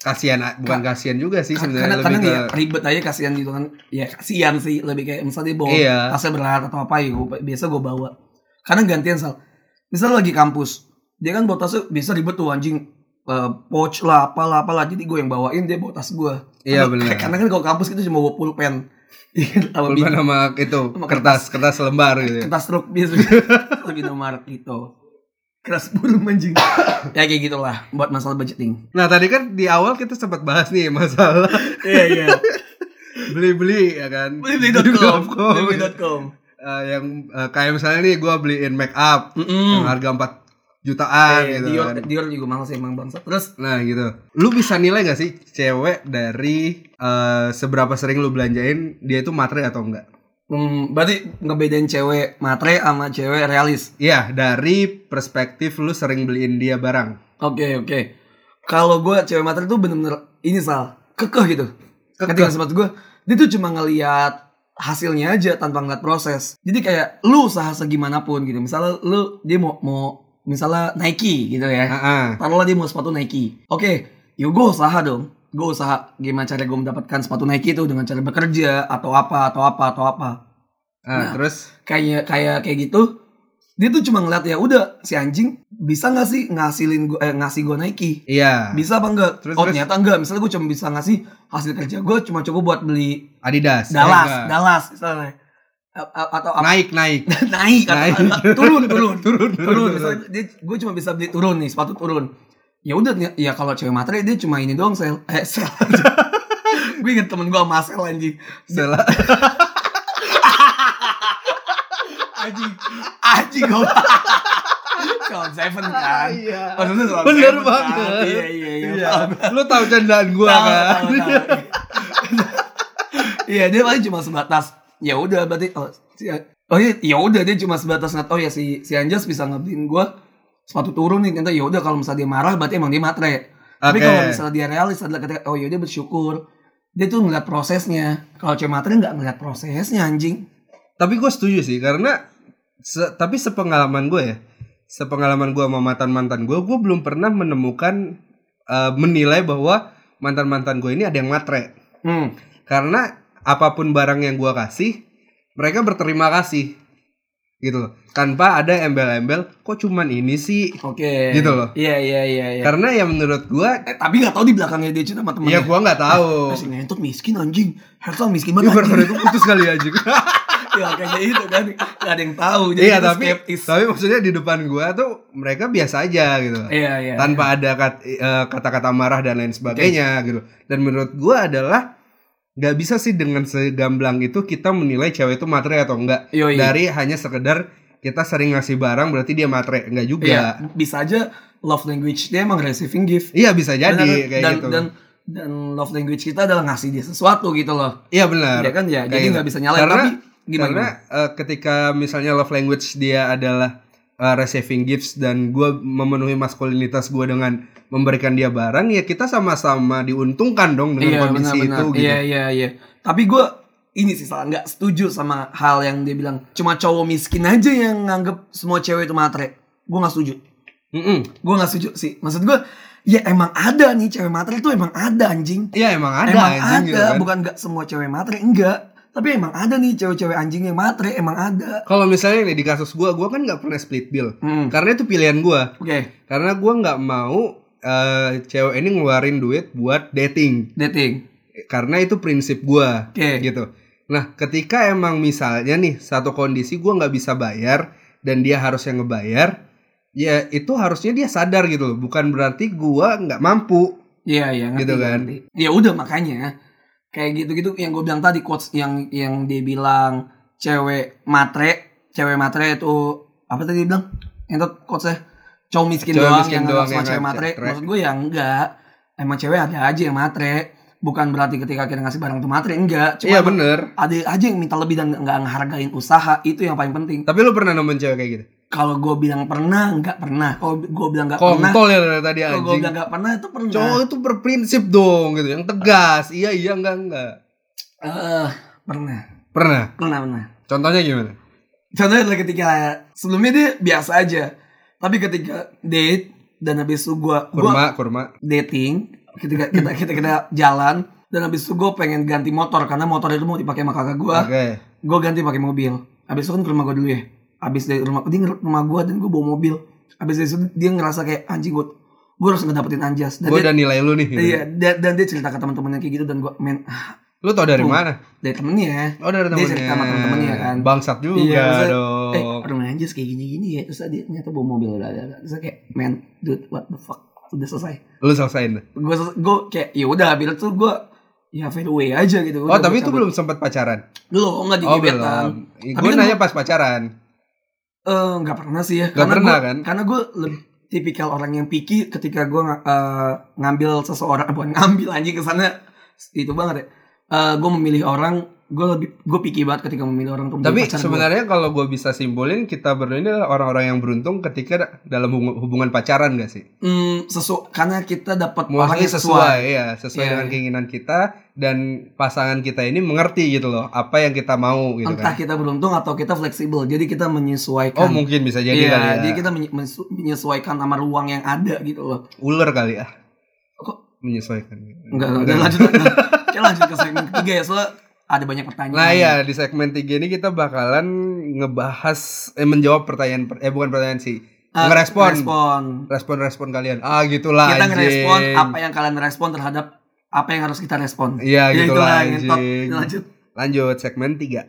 S2: kasihan bukan kasihan juga sih
S3: karena
S2: sebenarnya
S3: kadang
S2: lebih ke
S3: ya ribet aja kasihan gitu kan ya kasihan sih lebih kayak misalnya dia bawa
S2: Iya.
S3: tasnya berat atau apa ya gua- biasa gue bawa karena gantian sal misal lu lagi kampus dia kan bawa tasnya biasa ribet tuh anjing eh, pouch lah apalah apalah jadi gue yang bawain dia bawa tas gue
S2: Iya,
S3: Karena-
S2: benar.
S3: karena kan kalau kampus kita cuma bawa pulpen Iya, kan? Sama
S2: pulpen
S3: bing-
S2: sama itu
S3: Sama
S2: kertas kertas lembar gitu ya.
S3: kertas truk iya. biasa lebih nomor gitu keras bulu anjing ya kayak gitulah buat masalah budgeting
S2: nah tadi kan di awal kita sempat bahas nih masalah
S3: iya iya
S2: beli beli ya kan
S3: beli.com
S2: Beli.com.
S3: beli.com
S2: Eh, yang eh, kayak misalnya nih gue beliin make up yang harga 4 jutaan
S3: Iya,
S2: gitu
S3: Dior,
S2: kan.
S3: Dior juga mahal sih emang bangsa. Terus
S2: Nah gitu Lu bisa nilai gak sih cewek dari eh, Seberapa sering lu belanjain Dia itu matre atau enggak
S3: hmm, berarti ngebedain cewek matre sama cewek realis.
S2: Iya dari perspektif lu sering beliin dia barang
S3: Oke oke. Kalau gue cewek matre tuh bener-bener ini sal kekeh gitu. Ketika sempat gue dia tuh cuma ngeliat hasilnya aja tanpa ngeliat proses. Jadi kayak lu usaha segimanapun gitu. Misalnya lu dia mau mau misalnya Nike gitu ya.
S2: Ah,
S3: Taruhlah dia mau sepatu Nike. Oke, yuk gue usaha dong. Gue usaha gimana cara gue mendapatkan sepatu Nike itu dengan cara bekerja atau apa atau apa atau apa.
S2: ah,
S3: Nah.
S2: ah, terus
S3: kayak kayak kayak gitu dia tuh cuma ngeliat ya udah si anjing bisa nggak sih ngasilin gua eh, ngasih gue Nike
S2: iya
S3: bisa apa enggak
S2: Terus,
S3: oh
S2: terus.
S3: ternyata enggak misalnya gue cuma bisa ngasih hasil kerja gue cuma cukup buat beli
S2: Adidas.
S3: Dallas
S2: Eh, enggak.
S3: Dallas misalnya A- a- atau apa
S2: Naik naik.
S3: naik, atau-
S2: Naik.
S3: atau- turun turun
S2: Turun, turun,
S3: turun
S2: turun.
S3: misalnya dia gue cuma bisa beli turun nih sepatu turun ya udah ternyata- ya kalau cewek matre dia cuma ini doang sel eh sel gue inget temen gue Marcel anjing
S2: Salah.
S3: Aji, Aji gue. Sound Seven kan.
S2: Iya.
S3: Maksudnya Sound
S2: Bener
S3: Seven, kan?
S2: banget.
S3: Iya iya iya.
S2: Iya.
S3: paham.
S2: Lu tahu candaan gua
S3: Tahu,
S2: kan?
S3: tahu, tahu. Iya dia paling cuma sebatas. Ya udah berarti oh, si, oh iya, ya udah dia cuma sebatas ngat oh ya si si Anjas bisa ngebeliin gua sepatu turun nih ternyata ya udah kalau misalnya dia marah berarti emang dia matre. Tapi
S2: Oke.
S3: kalau misalnya dia realis adalah ketika oh ya dia bersyukur dia tuh ngeliat prosesnya. Kalau cewek matre nggak ngeliat prosesnya anjing.
S2: Tapi gua setuju sih karena se- tapi sepengalaman gue ya. Sepengalaman gua sama mantan-mantan gua, gua belum pernah menemukan eh, menilai bahwa mantan-mantan gue ini ada yang matre.
S3: Hmm.
S2: Karena apapun barang yang gua kasih, mereka berterima kasih. Gitu loh. Tanpa ada embel-embel, kok cuman ini sih?
S3: Oke.
S2: Gitu loh.
S3: Iya iya iya. iya.
S2: Karena ya menurut gua
S3: Eh, tapi gak tahu di belakangnya dia cinta sama
S2: ya
S3: temennya.
S2: gua nggak tahu.
S3: Masih ngentut miskin anjing. Hersal miskin banget
S2: Ibar
S3: anjing.
S2: itu putus kali aja.
S3: ya kayak gitu kan. Gak ada yang tahu. Jadi
S2: Iya
S3: kita
S2: tapi
S3: skeptis.
S2: tapi maksudnya di depan gua tuh mereka biasa aja gitu.
S3: Iya iya.
S2: Tanpa ada kat- eh, kata-kata marah dan lain sebagainya gitu. Dan menurut gua adalah nggak bisa sih dengan segamblang itu kita menilai cewek itu matre atau enggak
S3: Yoi.
S2: dari hanya sekedar kita sering ngasih barang berarti dia matre enggak juga.
S3: Iya, bisa aja love language dia emang receiving gift.
S2: Iya bisa jadi
S3: Benar kan?
S2: kayak
S3: dan,
S2: gitu.
S3: dan dan love language kita adalah ngasih dia sesuatu gitu loh.
S2: Iya benar.
S3: Iya kan, ya.
S2: Kayak
S3: Jadi
S2: gitu.
S3: nggak bisa nyalain.
S2: Karena,
S3: Tapi gimana,
S2: karena eh, ketika misalnya love language dia adalah uh, receiving gifts dan gue memenuhi maskulinitas gue dengan memberikan dia barang ya kita sama-sama diuntungkan dong dengan
S3: Iya
S2: kondisi itu
S3: benar-benar.
S2: gitu.
S3: Iya iya iya. Tapi gue ini sih salah nggak setuju sama hal yang dia bilang cuma cowok miskin aja yang nganggep semua cewek itu matre. Gue nggak setuju.
S2: Mm-mm.
S3: Gue nggak setuju sih. Maksud gue ya emang ada nih cewek matre itu emang ada anjing.
S2: Iya emang ada
S3: emang
S2: anjing
S3: ada,
S2: gitu kan.
S3: bukan nggak semua cewek matre enggak. Tapi emang ada nih cewek-cewek anjing yang matre emang ada.
S2: Kalau misalnya nih di kasus gue, gue kan nggak pernah split bill.
S3: Hmm.
S2: Karena itu pilihan gue.
S3: Oke,
S2: Karena gue nggak mau eh, cewek ini ngeluarin duit buat dating.
S3: dating.
S2: Karena itu prinsip gue.
S3: Oke.
S2: gitu. Nah, ketika emang misalnya nih satu kondisi gua nggak bisa bayar dan dia harus yang ngebayar, ya itu harusnya dia sadar gitu loh. Bukan berarti gua nggak mampu.
S3: Iya iya ngerti,
S2: Gitu kan.
S3: ngerti. Ya udah makanya kayak gitu-gitu yang gue bilang tadi quotes yang yang dia bilang cewek matre, cewek matre itu apa tadi dia bilang? Entot quotesnya cowok miskin
S2: Cowok
S3: doang
S2: miskin
S3: yang
S2: doang
S3: doang sama
S2: yang
S3: cewek
S2: nggak
S3: matre.
S2: cetrek.
S3: Maksud gue ya enggak. Emang cewek ada aja yang matre. Bukan berarti ketika kita ngasih barang tuh matre enggak. Cuma
S2: Iya
S3: emang
S2: bener.
S3: ada aja yang minta lebih dan nggak ngehargain usaha itu yang paling penting.
S2: Tapi lu pernah nemuin cewek kayak gitu?
S3: Kalau gue bilang pernah, nggak pernah. Kalau gue bilang nggak pernah,
S2: Kontol ya dari tadi
S3: kalau gue
S2: anjing.
S3: bilang nggak pernah itu pernah.
S2: Cowok itu berprinsip dong gitu, yang tegas. Iya iya enggak enggak.
S3: Eh, pernah,
S2: Pernah.
S3: pernah, pernah.
S2: Contohnya gimana?
S3: Contohnya adalah ketika sebelumnya dia biasa aja. Tapi ketika date dan habis itu gua gua
S2: Kurma, kurma.
S3: dating, ketika kita kita kita jalan dan habis itu gua pengen ganti motor karena motor itu mau dipakai sama kakak gua. Nah,
S2: Oke.
S3: Gua ganti pakai mobil. Habis itu kan ke rumah gua dulu ya. Habis dari rumah dia ke rumah gua dan gua bawa mobil. Habis dari situ dia ngerasa kayak anjing gua gua harus ngedapetin anjas dan
S2: Gua
S3: dia,
S2: udah nilai lu nih. gitu.
S3: iya, dan, dan dia cerita ke teman-temannya kayak gitu dan gua men ah,
S2: Lu tau dari mana?
S3: dari temennya ya."
S2: Oh dari
S3: Dia cerita sama temen-temennya kan.
S2: Bangsat juga
S3: Iya, maksudnya,
S2: dong.
S3: eh orang aja kayak gini-gini ya terus dia ternyata bawa mobil udah ada terus saya kayak man dude what the fuck udah selesai
S2: Lu selesain.
S3: gue gue kayak ya udah bilang tuh gue ya fade away aja gitu
S2: Oh, tapi itu belum sempat pacaran.
S3: belum nggak di
S2: Oh
S3: gebetan
S2: belum.
S3: Tapi
S2: Gue
S3: kan
S2: nanya pas pacaran.
S3: Eh, nggak pernah sih ya
S2: Nggak pernah
S3: gua-
S2: kan?
S3: karena gue tipikal orang yang picky ketika gue ngambil seseorang bukan ngambil anjing ke sana itu banget ya gue memilih orang gue lebih gue picky banget ketika memilih orang
S2: Tapi
S3: untuk menjadi pacar gua.
S2: sebenarnya kalau gue bisa simpulin kita berdua ini adalah orang-orang yang beruntung ketika da- dalam hubung- hubungan pacaran gak sih?
S3: Hmm, sesu- karena kita dapat orang
S2: Mungkin
S3: yang
S2: sesuai, ya, sesuai
S3: Iya,
S2: dengan
S3: iya.
S2: keinginan kita dan pasangan kita ini mengerti gitu loh apa yang kita mau gitu kan.
S3: entah kita beruntung atau kita fleksibel jadi kita menyesuaikan
S2: Oh mungkin bisa jadi
S3: Iya,
S2: kali ya.
S3: jadi kita menye- menyesu- menyesuaikan sama ruang yang ada gitu loh
S2: Ular kali ya.
S3: Kok?
S2: Menyesuaikan.
S3: enggak
S2: Hmm.
S3: enggak, udah lanjut kita lanjut ke segmen ketiga ya soalnya ada banyak pertanyaan
S2: Nah ya di segmen 3 ini kita bakalan ngebahas eh menjawab pertanyaan per- eh bukan pertanyaan sih
S3: Eh,
S2: ngerespon
S3: respon.
S2: respon-respon kalian. Ah gitulah
S3: kita
S2: anjing.
S3: ngerespon apa ya? yang kalian respon terhadap apa yang harus kita respon
S2: Iya
S3: Ya,
S2: gitu
S3: itulah
S2: lah
S3: yang top.
S2: anjing.
S3: Kita lanjut
S2: Lanjut segmen 3.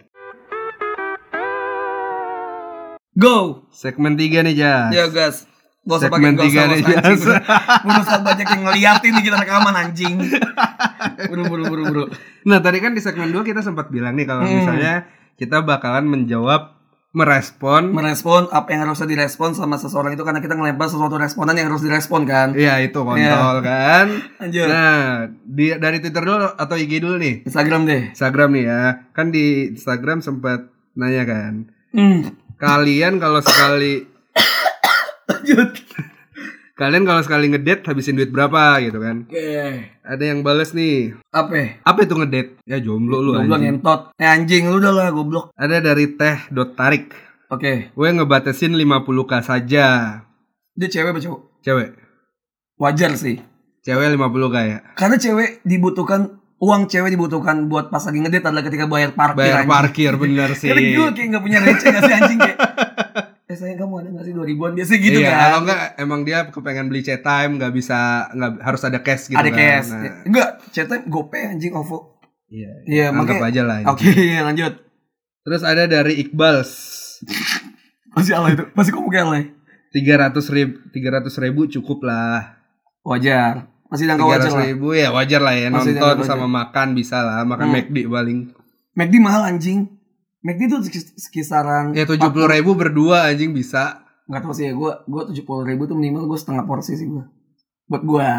S3: go
S2: Segmen 3 nih, Jas.
S3: ya guys Gak usah
S2: Segmen
S3: pakai gak
S2: tiga
S3: usah,
S2: nih,
S3: gak usah, anjing.
S2: Jas.
S3: Berusaha banyak yang ngeliatin nih kita rekaman anjing Buru buru buru buru
S2: Nah, tadi kan di segmen 2 kita sempat bilang nih kalau
S3: Hmm.
S2: misalnya kita bakalan menjawab merespon.
S3: merespon apa yang harusnya direspon sama seseorang itu karena kita ngelempar sesuatu responan yang harus direspon kan
S2: Iya, itu kontol kan.
S3: lanjut
S2: Nah, di, dari Twitter dulu atau IG dulu nih.
S3: Instagram deh
S2: Instagram nih ya. Kan di Instagram sempat nanya kan.
S3: hmm.
S2: Kalian kalau sekali
S3: lanjut
S2: kalian kalau sekali ngedate habisin duit berapa gitu kan.
S3: oke
S2: Ada yang bales nih.
S3: apa
S2: Apa itu ngedate? Ya jomblo lu
S3: goblok
S2: anjing.
S3: ngentot eh anjing lu udah lah goblok
S2: Ada dari teh dot tarik.
S3: oke
S2: Gue ngebatasin 50k saja.
S3: dia cewek apa cowok
S2: Cewek.
S3: wajar sih
S2: Cewek 50k ya.
S3: karena cewek dibutuhkan uang cewek dibutuhkan buat pas lagi ngedate adalah ketika bayar parkir
S2: Bayar
S3: anjing.
S2: parkir bener sih.
S3: karena gue kayak gak punya receh gak sih anjing kayak eh sayang kamu ada gak sih 2000an biasa gitu
S2: iya,
S3: kan
S2: kalau enggak emang dia kepengen beli chat time nggak bisa nggak harus ada cash gitu
S3: ada
S2: kan.
S3: cash
S2: Nah,
S3: enggak chatnya gope anjing ovo
S2: iya.
S3: iya
S2: Anggap
S3: makanya
S2: aja lah. ini.
S3: oke iya, lanjut
S2: Terus ada dari Iqbal
S3: Masih alay itu. Masih kamu kayak alay.
S2: 300 ribu, 300 ribu cukup lah.
S3: Wajar. Masih dalam wajar
S2: 300
S3: lah.
S2: ribu ya wajar lah ya.
S3: Masih
S2: Nonton
S3: dianggap
S2: sama makan bisa lah. Makan
S3: Hmm.
S2: McD paling.
S3: McD mahal anjing. McD itu sekis- sekisaran
S2: Ya 70 ribu berdua anjing bisa.
S3: Gak tau sih ya gue Gue 70 ribu tuh minimal gue setengah porsi sih gue Buat gue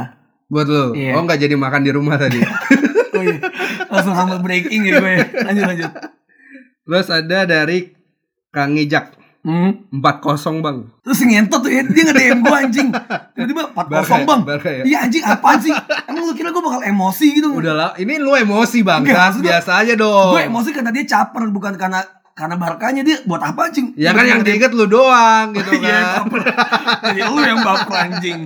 S2: Buat lo.
S3: Iya.
S2: Oh nggak jadi makan di rumah tadi.
S3: Oh iya Langsung ya. humble breaking ya gue Lanjut lanjut
S2: Terus ada dari Kang Ijak.
S3: Hmm.
S2: 4-0 bang
S3: Terus si ngentot tuh ya, dia nge-DM gue anjing. Tiba-tiba 4-0 bang.
S2: Barca ya?
S3: Iya anjing apaan sih? Emang lu kira gue bakal emosi gitu?
S2: Udah lah, ini lu emosi bang,
S3: Enggak, maksud gua-
S2: biasa aja dong.
S3: Gue emosi karena dia caper bukan karena karena barkanya dia buat apa anjing?
S2: Ya kan yang
S3: Tiba-tiba
S2: diinget lu doang gitu
S3: Iya,
S2: kan.
S3: baper. Iya, lu yang baper anjing.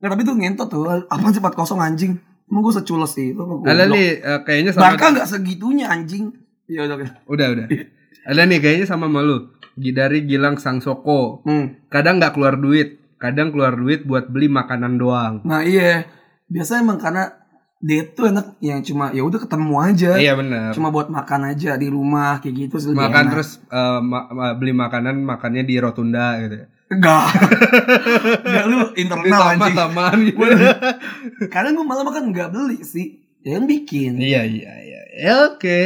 S3: Nah, tapi tuh ngentot tuh. Apaan sih 4-0 anjing? Emang gue seculas sih. Itu gua
S2: Ada
S3: goblok.
S2: nih eh, kayaknya sama
S3: Barca nggak segitunya anjing. Iya udah. udah.
S2: udah udah. Ada nih kayaknya sama malu. Dari Gilang Sang Soko.
S3: Hmm.
S2: Kadang nggak keluar duit, kadang keluar duit buat beli makanan doang.
S3: Nah iya. Biasanya emang karena date tuh enak yang cuma ya udah ketemu aja.
S2: Iya benar.
S3: Cuma buat makan aja di rumah kayak gitu sih lebih
S2: Makan
S3: enak.
S2: terus eh, ma- ma- beli makanan makannya di rotunda gitu.
S3: Enggak. Enggak lu
S2: Di
S3: internal anjing.
S2: taman-taman gitu.
S3: Waduh. Kadang gue malah makan nggak beli sih. Ya yang bikin.
S2: Iya iya iya. Ya, Oke.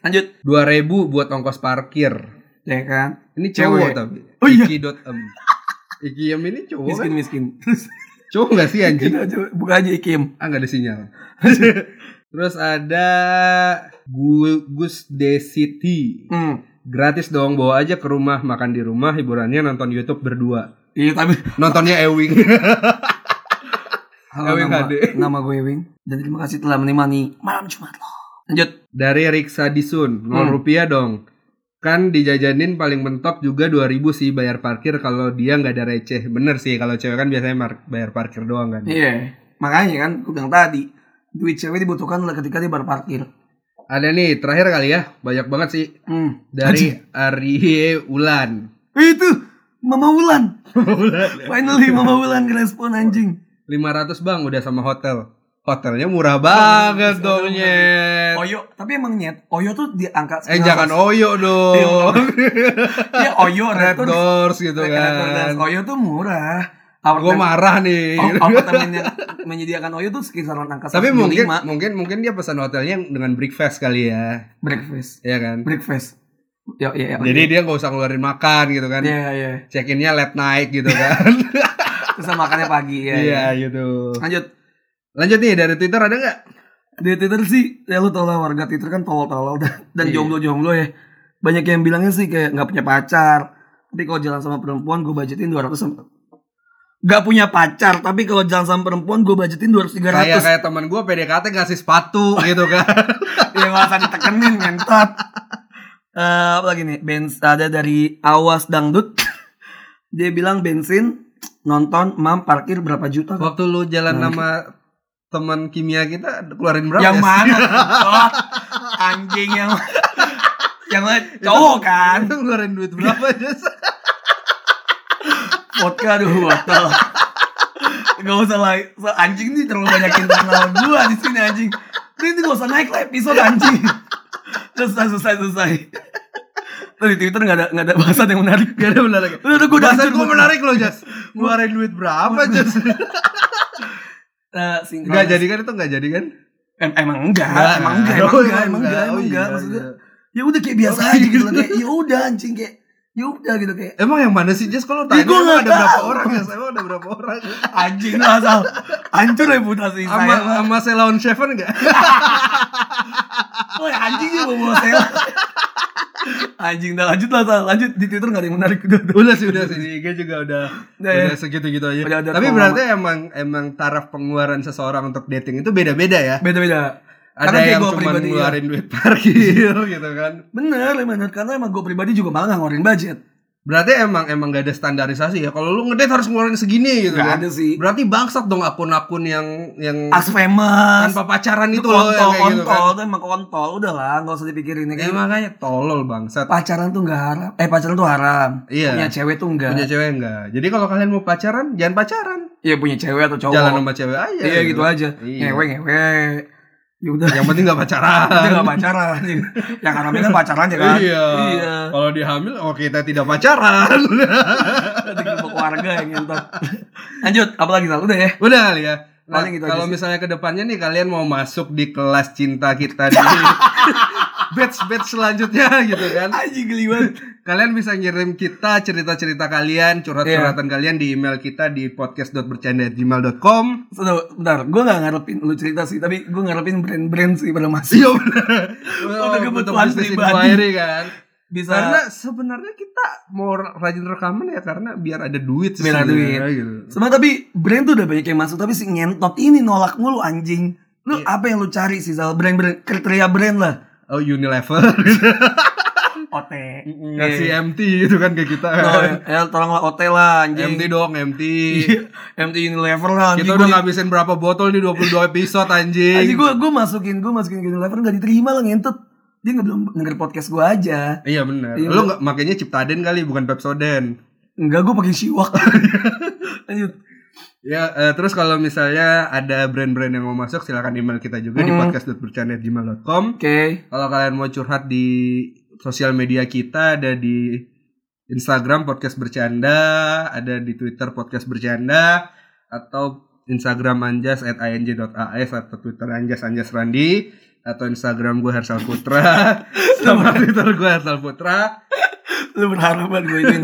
S3: Lanjut.
S2: 2000 buat ongkos parkir.
S3: Ya kan.
S2: Ini cowok
S3: Cewek.
S2: tapi.
S3: Oh, iya.
S2: Iki.em. Iki.em ini cowok kan?
S3: Miskin miskin. Terus
S2: Cowok gak sih anjing?
S3: kita coba buka aja ikim.
S2: Ah gak ada sinyal. Terus ada Gu- Gus Desiti.
S3: Hmm.
S2: Gratis dong bawa aja ke rumah, makan di rumah, hiburannya nonton YouTube berdua.
S3: Iya tapi
S2: Nontonnya Ewing.
S3: Halo,
S2: Ewing
S3: nama,
S2: Hade.
S3: nama gue Ewing dan terima kasih telah menemani malam Jumat lo. Lanjut.
S2: Dari Riksa Disun, 0
S3: Hmm.
S2: rupiah dong. Kan dijajanin paling mentok juga 2000 sih bayar parkir kalau dia nggak ada receh. Bener sih kalau cewek kan biasanya mar- bayar parkir doang kan.
S3: Iya. Makanya kan gue bilang tadi duit cewek dibutuhkan oleh ketika dia berparkir.
S2: Ada nih terakhir kali ya, banyak banget sih
S3: Hmm. Eh,
S2: dari Arie Ulan.
S3: Itu Mama Wulan. Finally Mama Wulan ngerespon anjing.
S2: 500 bang udah sama hotel. Hotelnya murah banget dong nyet.
S3: Oyo, tapi emang nyet. Oyo tuh di angka
S2: Eh jangan
S3: Iya,
S2: oyo dong.
S3: Dia Oyo
S2: Red
S3: Red Doors.
S2: doors gitu
S3: Red
S2: kan.
S3: Doors. Oyo tuh murah.
S2: Gue
S3: Apartemen
S2: marah nih.
S3: Oh, apartemen yang menyediakan Oyo tuh kisaran angka
S2: Tapi
S3: 175.
S2: mungkin mungkin mungkin dia pesan hotelnya dengan breakfast kali ya,
S3: breakfast.
S2: ya kan.
S3: Breakfast. Ya, ya, ya.
S2: Jadi dia nggak usah ngeluarin makan gitu kan.
S3: Iya, iya.
S2: Check innya late night gitu kan.
S3: Terus makannya pagi ya.
S2: Iya
S3: ya.
S2: gitu.
S3: Lanjut.
S2: Lanjut nih dari Twitter ada nggak?
S3: Di Twitter sih, ya lu tau lah warga Twitter kan tolol-tolol dan- dan
S2: Iya.
S3: jomblo-jomblo ya. Banyak yang bilangnya sih kayak nggak punya pacar. Tapi kalau jalan sama perempuan gue budgetin 200 sama Gak punya pacar, tapi kalau jalan sama perempuan gue budgetin 200
S2: Kayak
S3: 300.
S2: kayak teman gue PDKT ngasih sepatu gitu kan.
S3: Ya gak usah ditekenin ngentot. Eh, apa lagi nih? Bens ada dari Awas Dangdut. Dia bilang bensin nonton mam parkir berapa juta?
S2: Waktu lu jalan
S3: Hmm.
S2: sama teman kimia kita keluarin berapa?
S3: yang
S2: ya?
S3: mana? Oh, anjing yang yang mana? cowok kan.
S2: Itu keluarin duit berapa Jess?
S3: Vodka aduh botol. Gak usah lah, so, anjing nih terlalu banyak internal gua di sini anjing. Nanti gak usah naik lah episode anjing. Selesai selesai selesai. Terus di Twitter gak ada gak ada bahasan yang menarik.
S2: Gak ada menarik.
S3: Udah udah gua udah
S2: Bahasan
S3: hancur.
S2: gue menarik loh Jas. Ngeluarin duit berapa Jas?
S3: Eh, sinkronis.
S2: Gak jadi kan itu gak jadi kan?
S3: Em- emang enggak,
S2: Nggak,
S3: emang
S2: nggak.
S3: enggak, emang
S2: Oh,
S3: enggak,
S2: emang
S3: emang enggak,
S2: nggak.
S3: emang
S2: Oh,
S3: enggak.
S2: iya,
S3: Maksudnya
S2: iya.
S3: ya udah kayak biasa
S2: Oh,
S3: aja gitu
S2: iya.
S3: loh kayak ya udah anjing kayak ya udah gitu kayak
S2: Emang yang mana sih Jas? Kalau
S3: Ya,
S2: tanya
S3: gua
S2: emang
S3: nggak
S2: ada berapa
S3: tahu.
S2: orang ya? Emang ada berapa orang?
S3: anjing lah sal hancur reputasi
S2: Sama
S3: saya
S2: sama kan Selon Seven enggak?
S3: Woi anjing dia bawa bawa saya anjing dah lanjut lah sal lanjut di twitter nggak ada yang menarik udah udah.
S2: udah sih udah sih di IG juga udah
S3: Udah,
S2: udah
S3: ya.
S2: segitu gitu aja.
S3: Udah ada
S2: Tapi
S3: pengalaman.
S2: berarti emang emang taraf pengeluaran seseorang untuk dating itu beda-beda ya.
S3: beda beda
S2: Ada
S3: Karena kayak
S2: yang
S3: gua
S2: cuma
S3: pribadi, ya. iya.
S2: ngeluarin duit parkir gitu kan.
S3: bener bener karena emang gue pribadi juga malah nggak ngeluarin budget
S2: Berarti emang emang gak ada standarisasi ya. Kalau lu ngedate harus ngeluarin segini gitu
S3: Nggak
S2: kan.
S3: ada sih.
S2: Berarti bangsat dong akun-akun yang yang
S3: as famous
S2: tanpa pacaran itu loh
S3: kontol
S2: yang kayak gitu kan.
S3: kontol tuh emang kontol udah lah nggak usah dipikirin ya
S2: Ya makanya tolol bangsat.
S3: pacaran tuh nggak haram eh pacaran tuh haram
S2: Iya.
S3: punya cewek tuh enggak
S2: Punya cewek enggak. Jadi kalau kalian mau pacaran, jangan pacaran.
S3: Iya punya cewek atau cowok.
S2: Jalan sama cewek aja.
S3: iya gitu aja.
S2: Iya.
S3: Ngewe ngewe. Ya udah.
S2: Yang penting gak
S3: Kita
S2: pacaran.
S3: nggak pacaran. Yang haramnya kan pacaran aja kan.
S2: Iya.
S3: Iya.
S2: Kalau dihamil, oh kita tidak pacaran.
S3: Nanti kelompok warga yang ngentot. Lanjut, apa lagi Sal? Udah ya.
S2: Udah kali ya. Nah,
S3: Paling gitu aja
S2: kalau
S3: sih.
S2: misalnya kedepannya nih kalian mau masuk di kelas cinta kita di batch batch selanjutnya gitu kan.
S3: Anjing geli banget.
S2: Kalian bisa ngirim kita cerita-cerita kalian,
S3: Iya.
S2: curhat-curhatan kalian di email kita di podcast.bercanda@gmail.com.
S3: Sudah, bentar, gue gak ngarepin lu cerita sih, tapi gue ngarepin brand-brand sih pada masih.
S2: Iya benar.
S3: Udah kebutuhan
S2: Untuk bisnis
S3: pribadi.
S2: inquiry kan.
S3: bisa
S2: Karena sebenarnya kita mau rajin rekaman ya karena biar ada duit sih
S3: Biar ada
S2: sebenarnya, gitu.
S3: Sebenernya tapi brand tuh udah banyak yang masuk tapi si ngentot ini nolak mulu anjing. Lu
S2: Iya.
S3: apa yang lu cari sih Zal? Brand-brand kriteria brand lah.
S2: Oh Unilever
S3: Iya.
S2: gitu.
S3: OT.
S2: ngasih MT gitu kan ke kita.
S3: No, ya, tolong lah OT lah anjing.
S2: MT dong MT.
S3: MT Unilever lah iya. anjing.
S2: Kita udah ngabisin berapa botol di 22 episode
S3: Anjing
S2: anjing.
S3: gue gue masukin gue masukin ke Unilever nggak diterima lah ngentot. Dia nggak belum denger podcast gue aja.
S2: Iya benar.
S3: Iya,
S2: Lu nggak makanya Ciptaden kali bukan Pepsoden.
S3: Enggak gue pakai siwak. Lanjut.
S2: Ya, eh, terus kalau misalnya ada brand-brand yang mau masuk silakan email kita juga di podcast.bercanda@gmail.com.
S3: Oke.
S2: Kalau kalian mau curhat di sosial media kita ada di Instagram podcast bercanda, ada di Twitter podcast bercanda atau Instagram anjas at anj.as atau Twitter anjas anjas randi atau Instagram gue Hersal Putra sama Twitter gue Hersal Putra
S3: Lu berharap banget gue itu.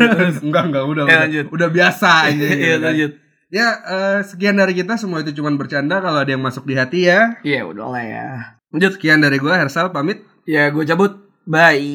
S2: enggak enggak udah
S3: Ya,
S2: udah,
S3: lanjut.
S2: udah biasa aja
S3: Iya lanjut.
S2: ya eh, sekian dari kita semua itu cuman bercanda kalau ada yang masuk di hati ya
S3: Iya udah lah ya. Lanjut.
S2: sekian dari gue Hersal pamit
S3: Ya gue cabut. Bye.